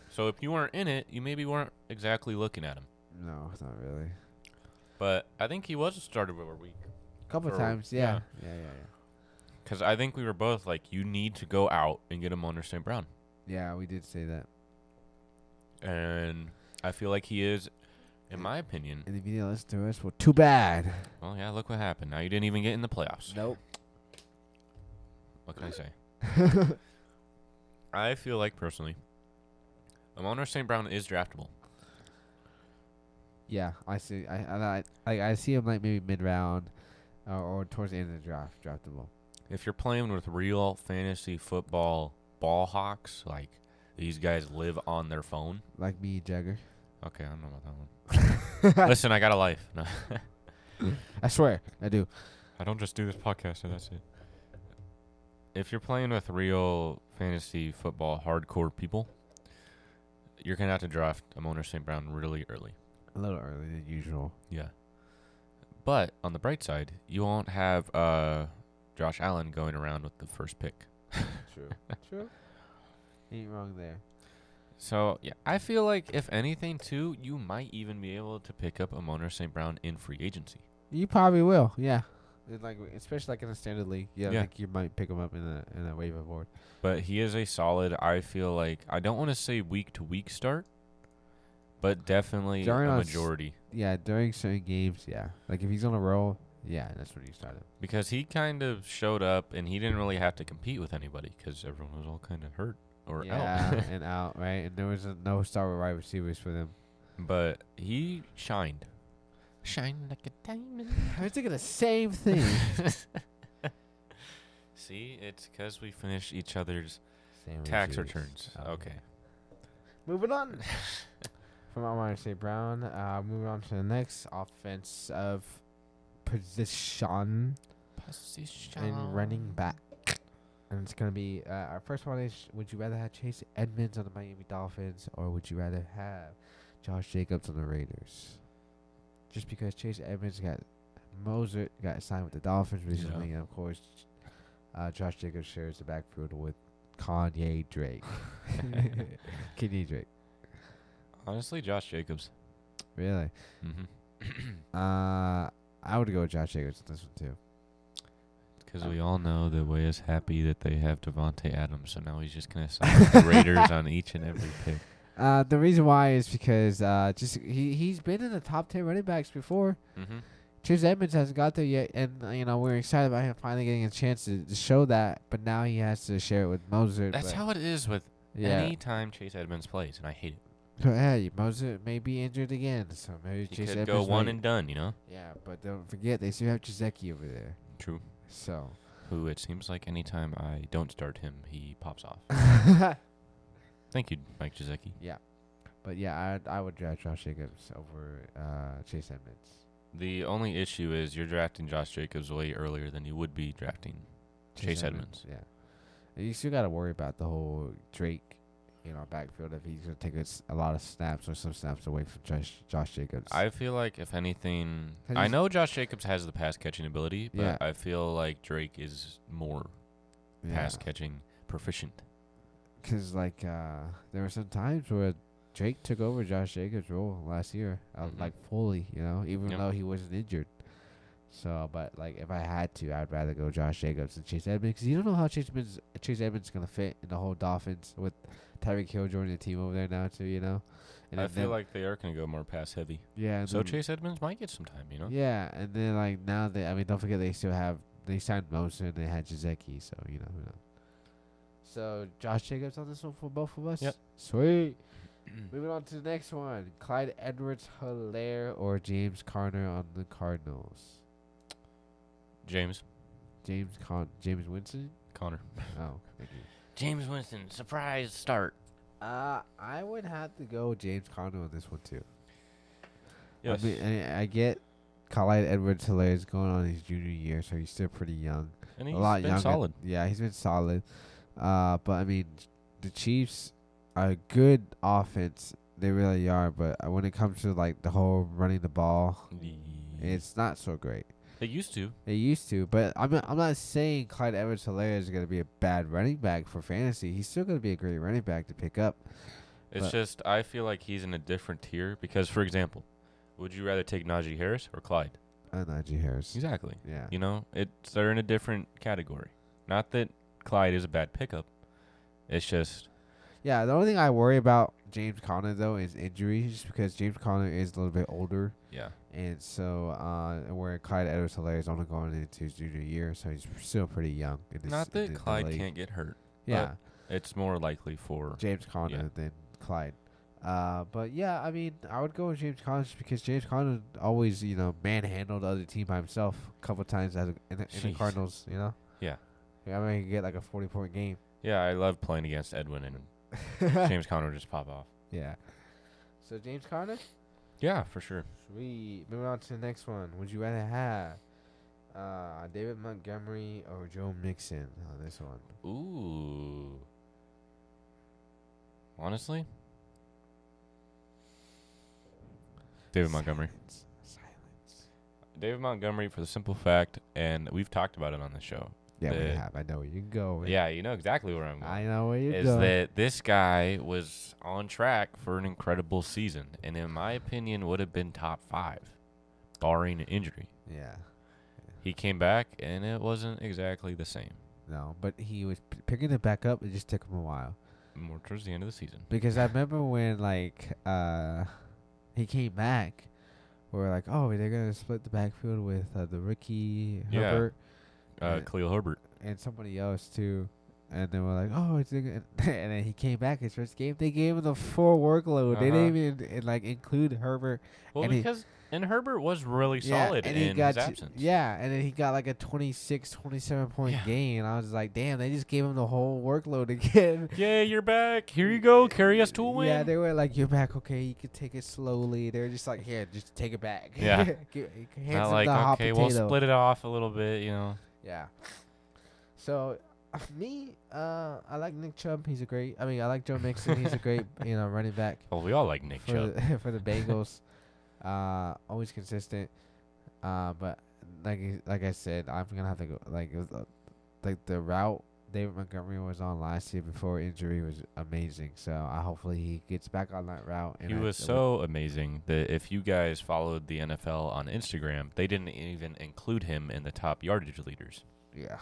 Speaker 2: So if you weren't in it, you maybe weren't exactly looking at him.
Speaker 1: No, it's not really.
Speaker 2: But I think he was a starter of a week.
Speaker 1: Couple
Speaker 2: Or-
Speaker 1: times. Yeah. Yeah. Yeah. Yeah.
Speaker 2: Because I think we were both like, you need to go out and get him under St. Brown.
Speaker 1: Yeah. we did say that.
Speaker 2: And I feel like he is, in my opinion,
Speaker 1: And if you didn't listen to us, well, too bad.
Speaker 2: well, yeah, look what happened. Now you didn't even get in the playoffs.
Speaker 1: Nope.
Speaker 2: What can I say? I feel like, personally, Amon St. Brown is draftable.
Speaker 1: Yeah, I see. I I I, I- I see him like maybe mid round, uh, or towards the end of the draft, draft the ball.
Speaker 2: if you're playing with real fantasy football ball hawks, like these guys live on their phone.
Speaker 1: Like me, Jagger.
Speaker 2: Okay, I don't know about that one. Listen, I got a life. No,
Speaker 1: I swear, I do.
Speaker 2: I don't just do this podcast, so that's it. If you're playing with real fantasy football hardcore people, you're gonna have to draft Amon St. Brown really early.
Speaker 1: A little earlier than usual.
Speaker 2: Yeah. But on the bright side, you won't have uh, Josh Allen going around with the first pick.
Speaker 1: True. True. Ain't wrong there.
Speaker 2: So yeah, I feel like if anything too, you might even be able to pick up Amon St. Brown in free agency.
Speaker 1: You probably will, yeah. And like especially like in a standard league, yeah,
Speaker 2: Yeah.
Speaker 1: I think you might pick him up in a in a waiver board.
Speaker 2: But he is a solid. I feel like I don't want to say week to week start, but definitely
Speaker 1: During
Speaker 2: a
Speaker 1: us-
Speaker 2: majority
Speaker 1: Yeah, during certain games, yeah. Like if he's on a roll, yeah, that's when you start him.
Speaker 2: because he kind of showed up and he didn't really have to compete with anybody because everyone was all kind of hurt or
Speaker 1: yeah,
Speaker 2: out.
Speaker 1: and out right, and there was uh, no star wide receivers for them.
Speaker 2: but he shined, shined like a diamond.
Speaker 1: I was thinking the same thing.
Speaker 2: See, it's because we finished each other's tax returns.
Speaker 1: Oh,
Speaker 2: Okay.
Speaker 1: Moving on. From Amari St. Brown, uh, moving on to the next offensive position
Speaker 2: Position.
Speaker 1: in running back. and it's gonna be uh, our first one is: Would you rather have Chase Edmonds on the Miami Dolphins, or would you rather have Josh Jacobs on the Raiders? Just because Chase Edmonds got Moser got signed with the Dolphins recently, and of course, uh, Josh Jacobs shares the backfield with Kanye Drake, Kanye Drake.
Speaker 2: Honestly, Josh Jacobs.
Speaker 1: Really?
Speaker 2: Mm-hmm.
Speaker 1: Uh, I would go with Josh Jacobs on this one too.
Speaker 2: Because we all know that Way is happy that they have Devonte Adams, so now he's just gonna sign with the Raiders on each and every pick.
Speaker 1: Uh, the reason why is because uh, just he he's been in the top ten running backs before.
Speaker 2: Mm-hmm.
Speaker 1: Chase Edmonds hasn't got there yet, and uh, you know we're excited about him finally getting a chance to, to show that. But now he has to share it with Moser.
Speaker 2: That's
Speaker 1: but-
Speaker 2: how it is with
Speaker 1: Yeah,
Speaker 2: any time Chase Edmonds plays, and I hate it.
Speaker 1: so, hey, Moser may be injured again, so maybe
Speaker 2: He
Speaker 1: Chase
Speaker 2: could
Speaker 1: Edmonds.
Speaker 2: go one
Speaker 1: might-
Speaker 2: and done, you know.
Speaker 1: yeah, but don't forget they still have Jazeki over there.
Speaker 2: True.
Speaker 1: So
Speaker 2: Who it seems like any time I don't start him, he pops off.
Speaker 1: yeah,
Speaker 2: Thank you, Mike Jazeki.
Speaker 1: but yeah, I I would draft Josh Jacobs over uh, Chase Edmonds.
Speaker 2: The only issue is you're drafting Josh Jacobs way earlier than you would be drafting. Chase Edmonds.
Speaker 1: Yeah. You still got to worry about the whole Drake, you know, backfield if he's going to take a, s- a lot of snaps or some snaps away from Josh, Josh Jacobs.
Speaker 2: I feel like if anything,
Speaker 1: Have
Speaker 2: I
Speaker 1: you-
Speaker 2: know Josh Jacobs has the pass catching ability, but
Speaker 1: Yeah.
Speaker 2: I feel like Drake is more pass catching proficient.
Speaker 1: Because, like, uh, there were some times where Drake took over Josh Jacobs' role last year, uh,
Speaker 2: Mhm.
Speaker 1: like, fully, you know, even
Speaker 2: Yep.
Speaker 1: though he wasn't injured. So, but, like, if I had to, I'd rather go Josh Jacobs than Chase Edmonds because you don't know how Chase Edmonds, Chase Edmonds is going to fit in the whole Dolphins with Tyreek Hill joining the team over there now, too, you know?
Speaker 2: I
Speaker 1: if
Speaker 2: feel
Speaker 1: them-
Speaker 2: like they are going to go more pass heavy.
Speaker 1: yeah, and
Speaker 2: So
Speaker 1: then-
Speaker 2: Chase Edmonds might get some time, you know?
Speaker 1: Yeah, and then like now they, I mean, don't forget they still have they signed Moser and they had Jazeki, so you know. Who knows. So Josh Jacobs on this one for both of us.
Speaker 2: Yep.
Speaker 1: Sweet. Moving on to the next one, Clyde Edwards Hilaire or James Conner on the Cardinals.
Speaker 2: James
Speaker 1: James Con James Winston.
Speaker 2: Connor.
Speaker 1: Oh, thank you.
Speaker 2: James Winston, surprise start.
Speaker 1: Uh, I would have to go with James Conner on this one too.
Speaker 2: Yes.
Speaker 1: I mean, I, I get Clyde Edwards Hilaire is going on his junior year, so he's still pretty young.
Speaker 2: and he's
Speaker 1: a lot
Speaker 2: been
Speaker 1: younger.
Speaker 2: solid.
Speaker 1: Yeah, he's been solid. Uh, but I mean, the Chiefs are a good offense. They really are. But uh, when it comes to like the whole running the ball, it's not so great.
Speaker 2: they used to.
Speaker 1: They used to, but I'm not, I'm not saying Clyde Edwards Hilaire is going to be a bad running back for fantasy. He's still going to be a great running back to pick up.
Speaker 2: It's
Speaker 1: But-
Speaker 2: just I feel like he's in a different tier because, for example, would you rather take Najee Harris or Clyde?
Speaker 1: And Najee Harris.
Speaker 2: Exactly.
Speaker 1: Yeah.
Speaker 2: You know, it's they're in a different category. Not that Clyde is a bad pickup. It's just
Speaker 1: Yeah, the only thing I worry about James Conner, though, is injuries just because James Conner is a little bit older.
Speaker 2: yeah.
Speaker 1: And so, uh, where Clyde Edwards Hilaire is only going into his junior year, so he's still pretty young. In this,
Speaker 2: Not
Speaker 1: in
Speaker 2: that
Speaker 1: the
Speaker 2: Clyde
Speaker 1: league.
Speaker 2: can't get hurt.
Speaker 1: Yeah,
Speaker 2: It's more likely for
Speaker 1: James Conner
Speaker 2: yeah.
Speaker 1: than Clyde. Uh, but yeah, I mean, I would go with James Conner just because James Conner always, you know, manhandled the other team by himself a couple times as a, in, the, in the
Speaker 2: Jeez.
Speaker 1: Cardinals, you know.
Speaker 2: Yeah.
Speaker 1: Yeah, I mean, he could get like a forty-point game.
Speaker 2: Yeah, I love playing against Edwin and James Conner just pop off.
Speaker 1: yeah. So James Conner.
Speaker 2: Yeah, for sure.
Speaker 1: Sweet. Moving on to the next one. Would you rather have uh, David Montgomery or Joe Mixon on this one?
Speaker 2: Ooh. Honestly? David Montgomery.
Speaker 1: Silence. Silence.
Speaker 2: David Montgomery for the simple fact, and we've talked about it on the show.
Speaker 1: Yeah, we
Speaker 2: The-
Speaker 1: have. I know where you can go. with-
Speaker 2: Yeah, you know exactly where I'm going.
Speaker 1: I uh, know where you
Speaker 2: is
Speaker 1: go.
Speaker 2: that this guy was on track for an incredible season, and in my opinion, would have been top five, barring an injury.
Speaker 1: yeah.
Speaker 2: He came back, and it wasn't exactly the same.
Speaker 1: No, but he was p- picking it back up. It just took him a while
Speaker 2: More towards the end of the season.
Speaker 1: because I remember when like uh, he came back, we were like, oh, they're gonna split the backfield with uh, the rookie
Speaker 2: Yeah.
Speaker 1: Herbert
Speaker 2: Uh,
Speaker 1: Yeah.
Speaker 2: Khalil Herbert.
Speaker 1: and somebody else too. And then we're like, oh, it's gonna-" and then he came back his first game. They gave him the full workload. They
Speaker 2: Uh-huh.
Speaker 1: didn't even eh, like include Herbert
Speaker 2: Well,
Speaker 1: And he-
Speaker 2: because and Herbert was really solid
Speaker 1: and
Speaker 2: in
Speaker 1: he got
Speaker 2: his
Speaker 1: t-
Speaker 2: absence.
Speaker 1: yeah, and then he got like a 26, 27 point
Speaker 2: Yeah.
Speaker 1: game. And I was like, damn, they just gave him the whole workload again.
Speaker 2: Yay, you're back. Here you go. Carry us to a win.
Speaker 1: Yeah, they were like, you're back. Okay, you can take it slowly. They were just like, here, just take it back.
Speaker 2: Yeah.
Speaker 1: Give- hands
Speaker 2: Not
Speaker 1: him
Speaker 2: like
Speaker 1: the hot
Speaker 2: okay, we'll
Speaker 1: potato.
Speaker 2: split it off a little bit. You know.
Speaker 1: Yeah. So me, uh, I like Nick Chubb. He's a great. I mean, I like Joe Mixon. He's a great, you know, running back
Speaker 2: Well, we all like Nick
Speaker 1: for
Speaker 2: Chubb.
Speaker 1: the, for the Bengals. uh, always consistent. Uh, but like I- like I said, I'm gonna have to go. Like it was, uh, like the route David Montgomery was on last year before injury was amazing. So I hopefully he gets back on that route.
Speaker 2: He
Speaker 1: I-
Speaker 2: was
Speaker 1: we-
Speaker 2: so amazing that if you guys followed the NFL on Instagram, they didn't even include him in the top yardage leaders.
Speaker 1: yeah.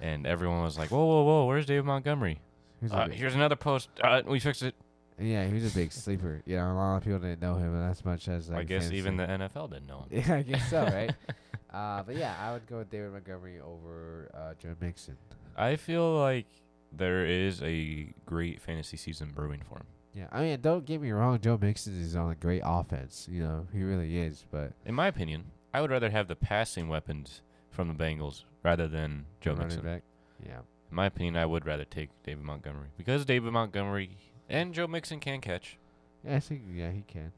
Speaker 2: And everyone was like, whoa, whoa, whoa, where's Dave Montgomery?
Speaker 1: He was a
Speaker 2: Uh,
Speaker 1: big-
Speaker 2: here's another post. Uh, we fixed it.
Speaker 1: yeah, he was a big sleeper. You know, a lot of people didn't know him as much as like,
Speaker 2: I guess even
Speaker 1: fantasy.
Speaker 2: the NFL didn't know him.
Speaker 1: Yeah, I guess so, right? uh, but yeah, I would go with David Montgomery over uh, Joe Mixon.
Speaker 2: I feel like there is a great fantasy season brewing for him.
Speaker 1: Yeah, I mean, don't get me wrong. Joe Mixon is on a great offense. You know, he really is. But
Speaker 2: In my opinion, I would rather have the passing weapons from the Bengals rather than Joe
Speaker 1: running
Speaker 2: Mixon.
Speaker 1: back, yeah,
Speaker 2: In my opinion, I would rather take David Montgomery because David Montgomery and Joe Mixon can catch,
Speaker 1: yeah, I think yeah, he can.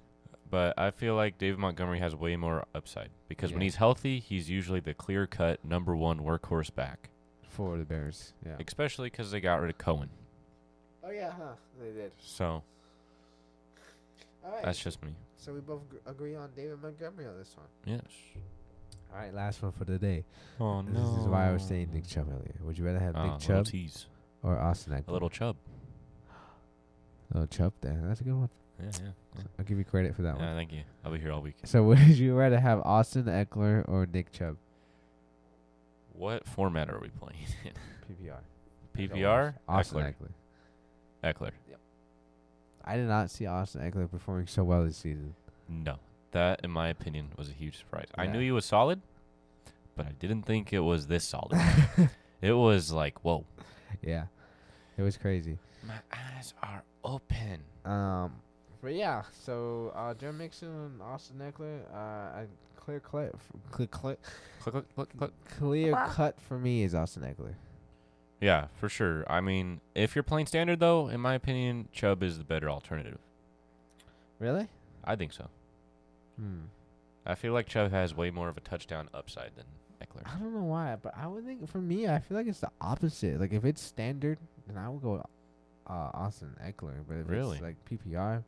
Speaker 2: but I feel like David Montgomery has way more upside because when
Speaker 1: Yeah.
Speaker 2: he's healthy, he's usually the clear-cut number one workhorse back,
Speaker 1: For the Bears, yeah.
Speaker 2: especially because they got rid of Cohen.
Speaker 1: Oh yeah, huh? They did.
Speaker 2: So
Speaker 1: All right.
Speaker 2: that's just me.
Speaker 1: so we both agree on David Montgomery on this one.
Speaker 2: Yes.
Speaker 1: All right, last one for today.
Speaker 2: Oh
Speaker 1: This is why I was saying Nick Chubb earlier. Would you rather have
Speaker 2: Ah,
Speaker 1: Nick
Speaker 2: a little
Speaker 1: Chubb
Speaker 2: tease,
Speaker 1: or Austin Eckler?
Speaker 2: a little Chubb.
Speaker 1: little Chubb there. That's a good one.
Speaker 2: Yeah, yeah. yeah.
Speaker 1: I'll give you credit for that one.
Speaker 2: yeah thank you. I'll be here all week.
Speaker 1: So would you rather have Austin Eckler or Nick Chubb?
Speaker 2: What format are we playing? in?
Speaker 1: PPR.
Speaker 2: PPR.
Speaker 1: Austin
Speaker 2: Eckler.
Speaker 1: Eckler.
Speaker 2: Eckler.
Speaker 1: I did not see Austin Eckler performing so well this season.
Speaker 2: No. That, in my opinion, was a huge surprise. I knew
Speaker 1: Yeah.
Speaker 2: he was solid, but I didn't think it was this solid. it was like, whoa.
Speaker 1: Yeah. It was crazy.
Speaker 2: My eyes are open.
Speaker 1: Um but yeah, so uh Joe Mixon and Austin Eckler, uh I clear cut clear, clear,
Speaker 2: Click, click, click, click.
Speaker 1: clear cut for me is Austin Eckler.
Speaker 2: Yeah, for sure. I mean, if you're playing standard, though, in my opinion, Chubb is the better alternative.
Speaker 1: Really?
Speaker 2: I think so.
Speaker 1: Hmm.
Speaker 2: I feel like Chubb has way more of a touchdown upside than Eckler.
Speaker 1: I don't know why, but I would think for me, I feel like it's the opposite. Like if it's standard, then I would go uh, Austin Eckler. But if
Speaker 2: Really?
Speaker 1: it's like PPR,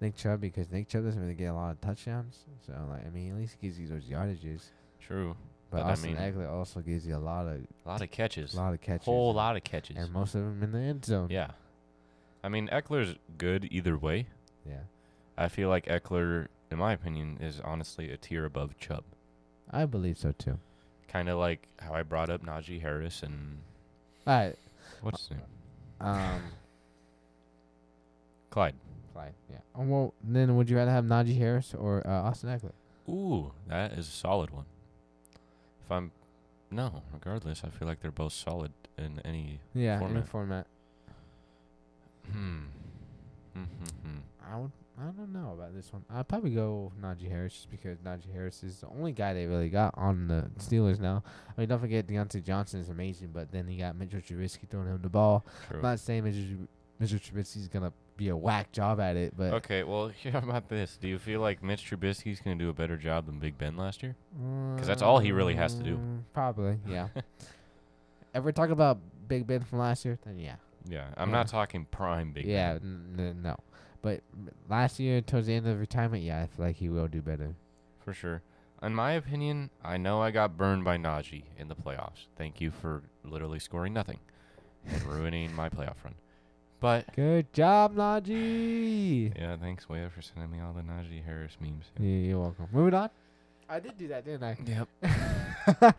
Speaker 1: Nick Chubb because Nick Chubb doesn't really get a lot of touchdowns. So like I mean, at least he gives you those yardages.
Speaker 2: True.
Speaker 1: But,
Speaker 2: But I
Speaker 1: Austin
Speaker 2: mean-
Speaker 1: Eckler also gives you a lot of
Speaker 2: A lot of catches.
Speaker 1: lot of catches,
Speaker 2: Whole lot of catches.
Speaker 1: and most of them in the end zone.
Speaker 2: Yeah. I mean, Eckler's good either way.
Speaker 1: yeah.
Speaker 2: I feel like Eckler, in my opinion, is honestly a tier above Chubb.
Speaker 1: I believe so too.
Speaker 2: Kind of like how I brought up Najee Harris and
Speaker 1: All right,
Speaker 2: what's his name?
Speaker 1: um,
Speaker 2: Clyde.
Speaker 1: Clyde. Yeah. Oh, well, then would you rather have Najee Harris or uh, Austin Eckler?
Speaker 2: Ooh, that is a solid one. If I'm no, regardless, I feel like they're both solid in any.
Speaker 1: Yeah, in the
Speaker 2: Format.
Speaker 1: format.
Speaker 2: Hmm. Hmm, hmm, hmm.
Speaker 1: I would. I don't know about this one. I'd probably go Najee Harris just because Najee Harris is the only guy they really got on the Steelers now. I mean, don't forget Deontay Johnson is amazing, but then he got Mitchell Trubisky throwing him the ball.
Speaker 2: True.
Speaker 1: I'm not saying Mitchell, Mitchell Trubisky's gonna be a whack job at it, but
Speaker 2: Okay, well, here about this. Do you feel like Mitch Trubisky's going to do a better job than Big Ben last year?
Speaker 1: 'Cause
Speaker 2: Oh, that's all he really has to do.
Speaker 1: mm, Probably, yeah. Ever talk about Big Ben from last year? Then yeah,
Speaker 2: Yeah, I'm
Speaker 1: Yeah.
Speaker 2: not talking prime Big
Speaker 1: yeah,
Speaker 2: Ben.
Speaker 1: n- n- no. But m- last year, towards the end of retirement, yeah, I feel like he will do better.
Speaker 2: For sure. In my opinion, I know I got burned by Najee in the playoffs. Thank you for literally scoring nothing and ruining my playoff run. But
Speaker 1: Good job, Najee.
Speaker 2: yeah, thanks Waya for sending me all the Najee Harris memes.
Speaker 1: Yeah, you're welcome. Moving on. I did do that, didn't I?
Speaker 2: Yep.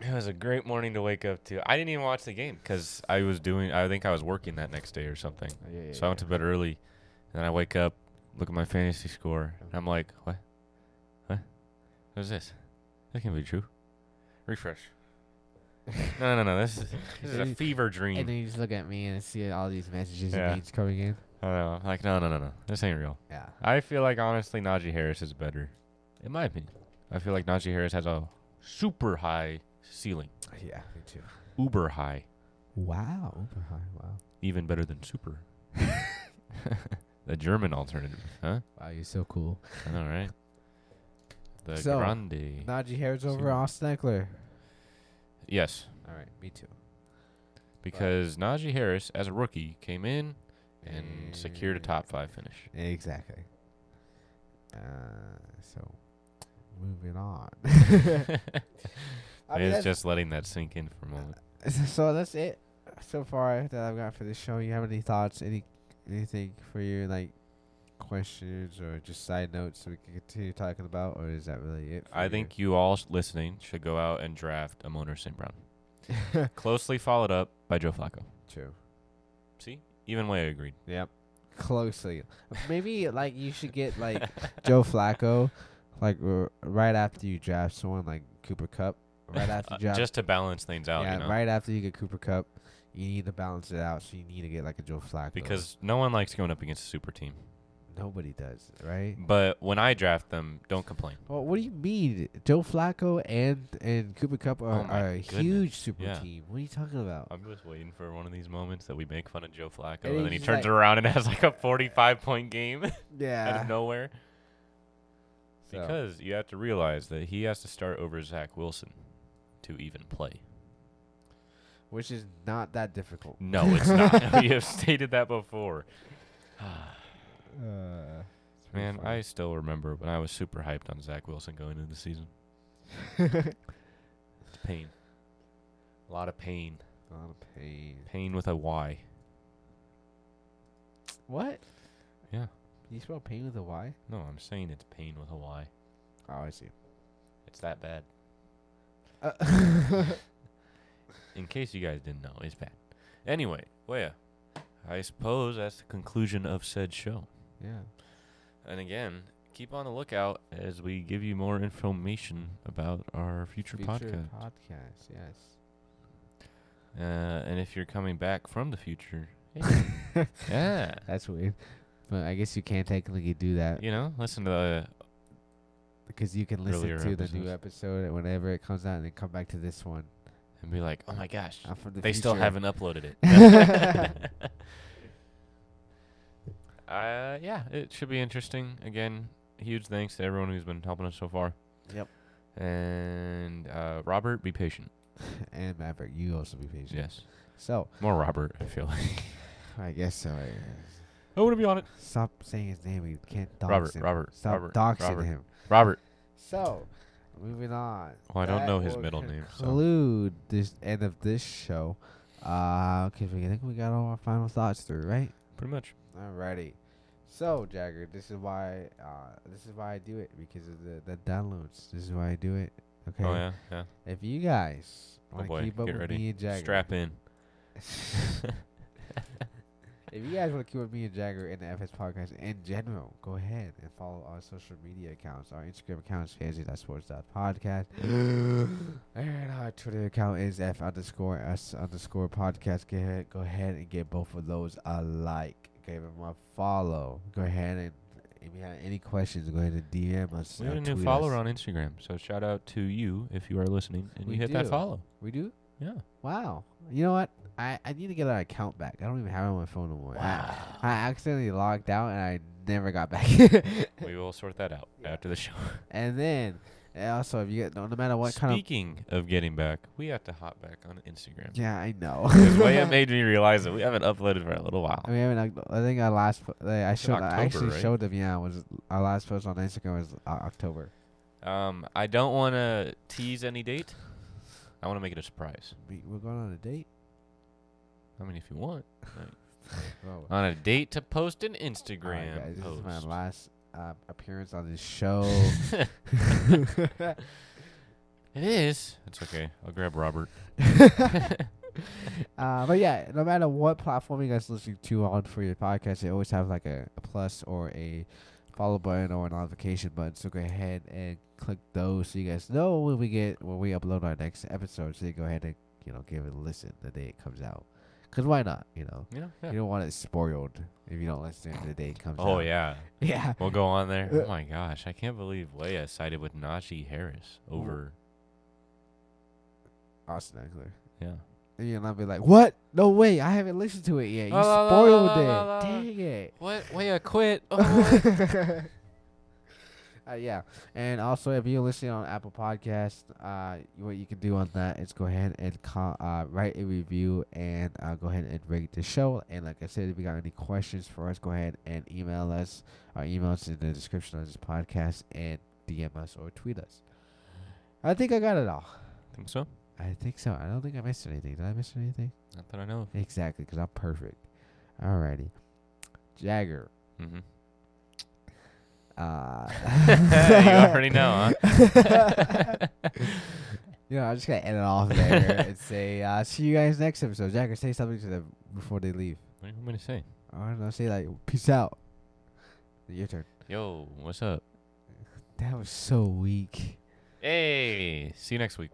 Speaker 2: it was a great morning to wake up to. I didn't even watch the game because I was doing. I think I was working that next day or something.
Speaker 1: Oh, yeah, yeah,
Speaker 2: So I went to bed early, and then I wake up, look at my fantasy score, and I'm like, "What? What? What is this? That can't be true." Refresh. no, no, no. This is this is a fever
Speaker 1: And
Speaker 2: dream.
Speaker 1: then you just look at me and see all these messages
Speaker 2: Yeah.
Speaker 1: and memes coming in.
Speaker 2: I know. I'm like, no, no, no, no. This ain't real.
Speaker 1: Yeah.
Speaker 2: I feel like honestly, Najee Harris is better, in my opinion. I feel like Najee Harris has a super high ceiling,
Speaker 1: Yeah, me too.
Speaker 2: uber high,
Speaker 1: Wow. Uber high. Wow.
Speaker 2: even better than super. the German alternative, huh?
Speaker 1: Wow, you're so cool.
Speaker 2: All right. The
Speaker 1: So,
Speaker 2: Grande.
Speaker 1: Najee Harris over
Speaker 2: See.
Speaker 1: Austin Eckler.
Speaker 2: Yes.
Speaker 1: All right, me too.
Speaker 2: because Najee Harris, as a rookie, came in and secured a
Speaker 1: Mm.
Speaker 2: top five finish.
Speaker 1: Exactly. Uh, so moving on. I mean,
Speaker 2: it's
Speaker 1: that's-
Speaker 2: just letting that sink in for a moment.
Speaker 1: so that's it so far that I've got for this show. You have any thoughts, any anything for your like questions or just side notes we can continue talking about, or is that really it? for
Speaker 2: I
Speaker 1: you?
Speaker 2: think you all s- listening should go out and draft Amon St. Brown, closely followed up by Joe Flacco.
Speaker 1: true.
Speaker 2: See, even way I agreed.
Speaker 1: Yep. Closely. Maybe like you should get like Joe Flacco, like r- right after you draft someone like Cooper Cup. Right after
Speaker 2: Uh,
Speaker 1: you draft
Speaker 2: just to balance things out,
Speaker 1: yeah,
Speaker 2: you know,
Speaker 1: right after you get Cooper Cup, you need to balance it out. So you need to get like a Joe Flacco
Speaker 2: because no one likes going up against a super team.
Speaker 1: nobody does, right?
Speaker 2: But when I draft them, don't complain.
Speaker 1: Well, Oh, what do you mean? Joe Flacco and and Cooper Cup are,
Speaker 2: Oh my
Speaker 1: are a
Speaker 2: goodness,
Speaker 1: huge super
Speaker 2: yeah.
Speaker 1: team. What are you talking about?
Speaker 2: I'm just waiting for one of these moments that we make fun of Joe Flacco,
Speaker 1: And
Speaker 2: and, then he
Speaker 1: he's
Speaker 2: turns
Speaker 1: like-
Speaker 2: around and has like a 45 point game out
Speaker 1: yeah,
Speaker 2: of nowhere.
Speaker 1: so,
Speaker 2: Because you have to realize that he has to start over Zach Wilson to even play.
Speaker 1: which is not that difficult.
Speaker 2: No, it's not. we have stated that before.
Speaker 1: Uh, it's pretty
Speaker 2: Man, I
Speaker 1: funny.
Speaker 2: still remember when I was super hyped on Zach Wilson going into the season. It's pain. A lot of pain.
Speaker 1: a lot of pain.
Speaker 2: Pain with a Y.
Speaker 1: What?
Speaker 2: Yeah.
Speaker 1: You spell pain with a Y?
Speaker 2: No, I'm saying it's pain with a Y.
Speaker 1: Oh, I see.
Speaker 2: It's that bad.
Speaker 1: Uh,
Speaker 2: In case you guys didn't know, it's bad. Anyway, well, yeah. I suppose that's the conclusion of said show.
Speaker 1: yeah.
Speaker 2: And again, keep on the lookout as we give you more information about our future, podcast.
Speaker 1: podcast. Yes.
Speaker 2: uh, and if you're coming back from the future, hey, yeah,
Speaker 1: That's weird. But I guess you can't technically do that
Speaker 2: you know, listen to the
Speaker 1: because you can listen
Speaker 2: Earlier
Speaker 1: to the new episode and whenever it comes out and then come back to this one.
Speaker 2: and be like, oh my gosh,
Speaker 1: I'm from the
Speaker 2: they still
Speaker 1: future.
Speaker 2: haven't uploaded it. uh, yeah, it should be interesting. Again, huge thanks to everyone who's been helping us so far.
Speaker 1: Yep.
Speaker 2: And uh, Robert, be patient.
Speaker 1: and Maverick, you also be patient.
Speaker 2: Yes,
Speaker 1: So
Speaker 2: more Robert. I feel like
Speaker 1: I guess so. I guess.
Speaker 2: I want to be on it.
Speaker 1: Stop saying his name. You can't dox
Speaker 2: Robert,
Speaker 1: him.
Speaker 2: Robert,
Speaker 1: Stop
Speaker 2: Robert,
Speaker 1: doxing
Speaker 2: Robert.
Speaker 1: him.
Speaker 2: Robert.
Speaker 1: So, moving on.
Speaker 2: Well, Oh, I don't
Speaker 1: That
Speaker 2: know his
Speaker 1: will
Speaker 2: middle name, so-
Speaker 1: Conclude this end of this show. Uh, okay, I think we got all our final thoughts through, right?
Speaker 2: Pretty much.
Speaker 1: Alrighty. So Jagger, this is why uh, this is why I do it because of the, the downloads. This is why I do it. Okay.
Speaker 2: Oh yeah, yeah.
Speaker 1: If you guys
Speaker 2: Oh,
Speaker 1: want to
Speaker 2: boy.
Speaker 1: keep up
Speaker 2: Get
Speaker 1: with
Speaker 2: ready.
Speaker 1: me and Jagger,
Speaker 2: Strap in.
Speaker 1: if you guys want to keep up with me and Jagger and the FS podcast in general, go ahead and follow our social media accounts. Our Instagram account is fancy.sports.podcast. and our Twitter account is F underscore S underscore podcast. Go ahead, go ahead and get both of those a like. Give them a follow. Go ahead and if you have any questions, go ahead and DM us.
Speaker 2: We
Speaker 1: or
Speaker 2: have a new
Speaker 1: tweet
Speaker 2: follower
Speaker 1: us.
Speaker 2: on Instagram, so shout out to you if you are listening and
Speaker 1: We
Speaker 2: you hit that
Speaker 1: do.
Speaker 2: follow.
Speaker 1: We do?
Speaker 2: Yeah.
Speaker 1: Wow. You know what? I, I need to get our account back. I don't even have it on my phone no more. I, I accidentally logged out and I never got back.
Speaker 2: we will sort that out
Speaker 1: Yeah.
Speaker 2: after the show.
Speaker 1: and then, and also, if you get, no, no matter what kind of.
Speaker 2: Speaking of getting back, we have to hop back on Instagram.
Speaker 1: Yeah, I know.
Speaker 2: 'Cause Waya made me realize that we haven't uploaded for a little while.
Speaker 1: I mean, I, mean, I think our last, po- like, I
Speaker 2: It's in
Speaker 1: showed, I
Speaker 2: October,
Speaker 1: actually
Speaker 2: right?
Speaker 1: showed them. Yeah, was our last post on Instagram was uh, October.
Speaker 2: Um, I don't want to tease any date. I want to make it a surprise.
Speaker 1: We, we're going on a date.
Speaker 2: I mean, if you want,
Speaker 1: Oh,
Speaker 2: on a date to post an
Speaker 1: all right,
Speaker 2: Instagram
Speaker 1: guys, this is my
Speaker 2: post.
Speaker 1: last uh, appearance on this show.
Speaker 2: Oh. It is. It's okay. I'll grab Robert.
Speaker 1: Uh, but yeah, no matter what platform you guys listening to on for your podcast, they always have like a, a plus or a follow button or a notification button. So go ahead and click those so you guys know when we get when we upload our next episode. So you go ahead and you know give it a listen the day it comes out. Cause why not? You know,
Speaker 2: Yeah.
Speaker 1: you don't want it spoiled if you don't listen to the day it comes out.
Speaker 2: Oh yeah.
Speaker 1: yeah.
Speaker 2: We'll go on there. Oh my gosh, I can't believe Leia sided with Najee Harris over.
Speaker 1: Austin Eckler.
Speaker 2: Yeah.
Speaker 1: And you'll not be like, what? No way! I haven't listened to it yet. You
Speaker 2: La, la, la,
Speaker 1: spoiled
Speaker 2: la, la, la, la.
Speaker 1: it. Dang it.
Speaker 2: What? Leia quit.
Speaker 1: uh, Uh, yeah, and also if you're listening on Apple Podcast, uh, what you can do on that is go ahead and co- uh, write a review and uh, go ahead and rate the show. And like I said, if you got any questions for us, go ahead and email us. Our email is in the description of this podcast, and DM us or tweet us. I think I got it all.
Speaker 2: Think so?
Speaker 1: I think so. I don't think I missed anything. Did I miss anything?
Speaker 2: Not that I know.
Speaker 1: Exactly, because I'm perfect. Alrighty, Jagger.
Speaker 2: of. Mm-hmm.
Speaker 1: Uh,
Speaker 2: you already know, huh?
Speaker 1: You know, I'm just gonna end it off there and say, uh, see you guys next episode. Jagger, say something to them before they leave.
Speaker 2: What do you want me to say?
Speaker 1: I don't know, say like peace out. Your turn.
Speaker 2: Yo, what's up?
Speaker 1: That was so weak.
Speaker 2: Hey, see you next week.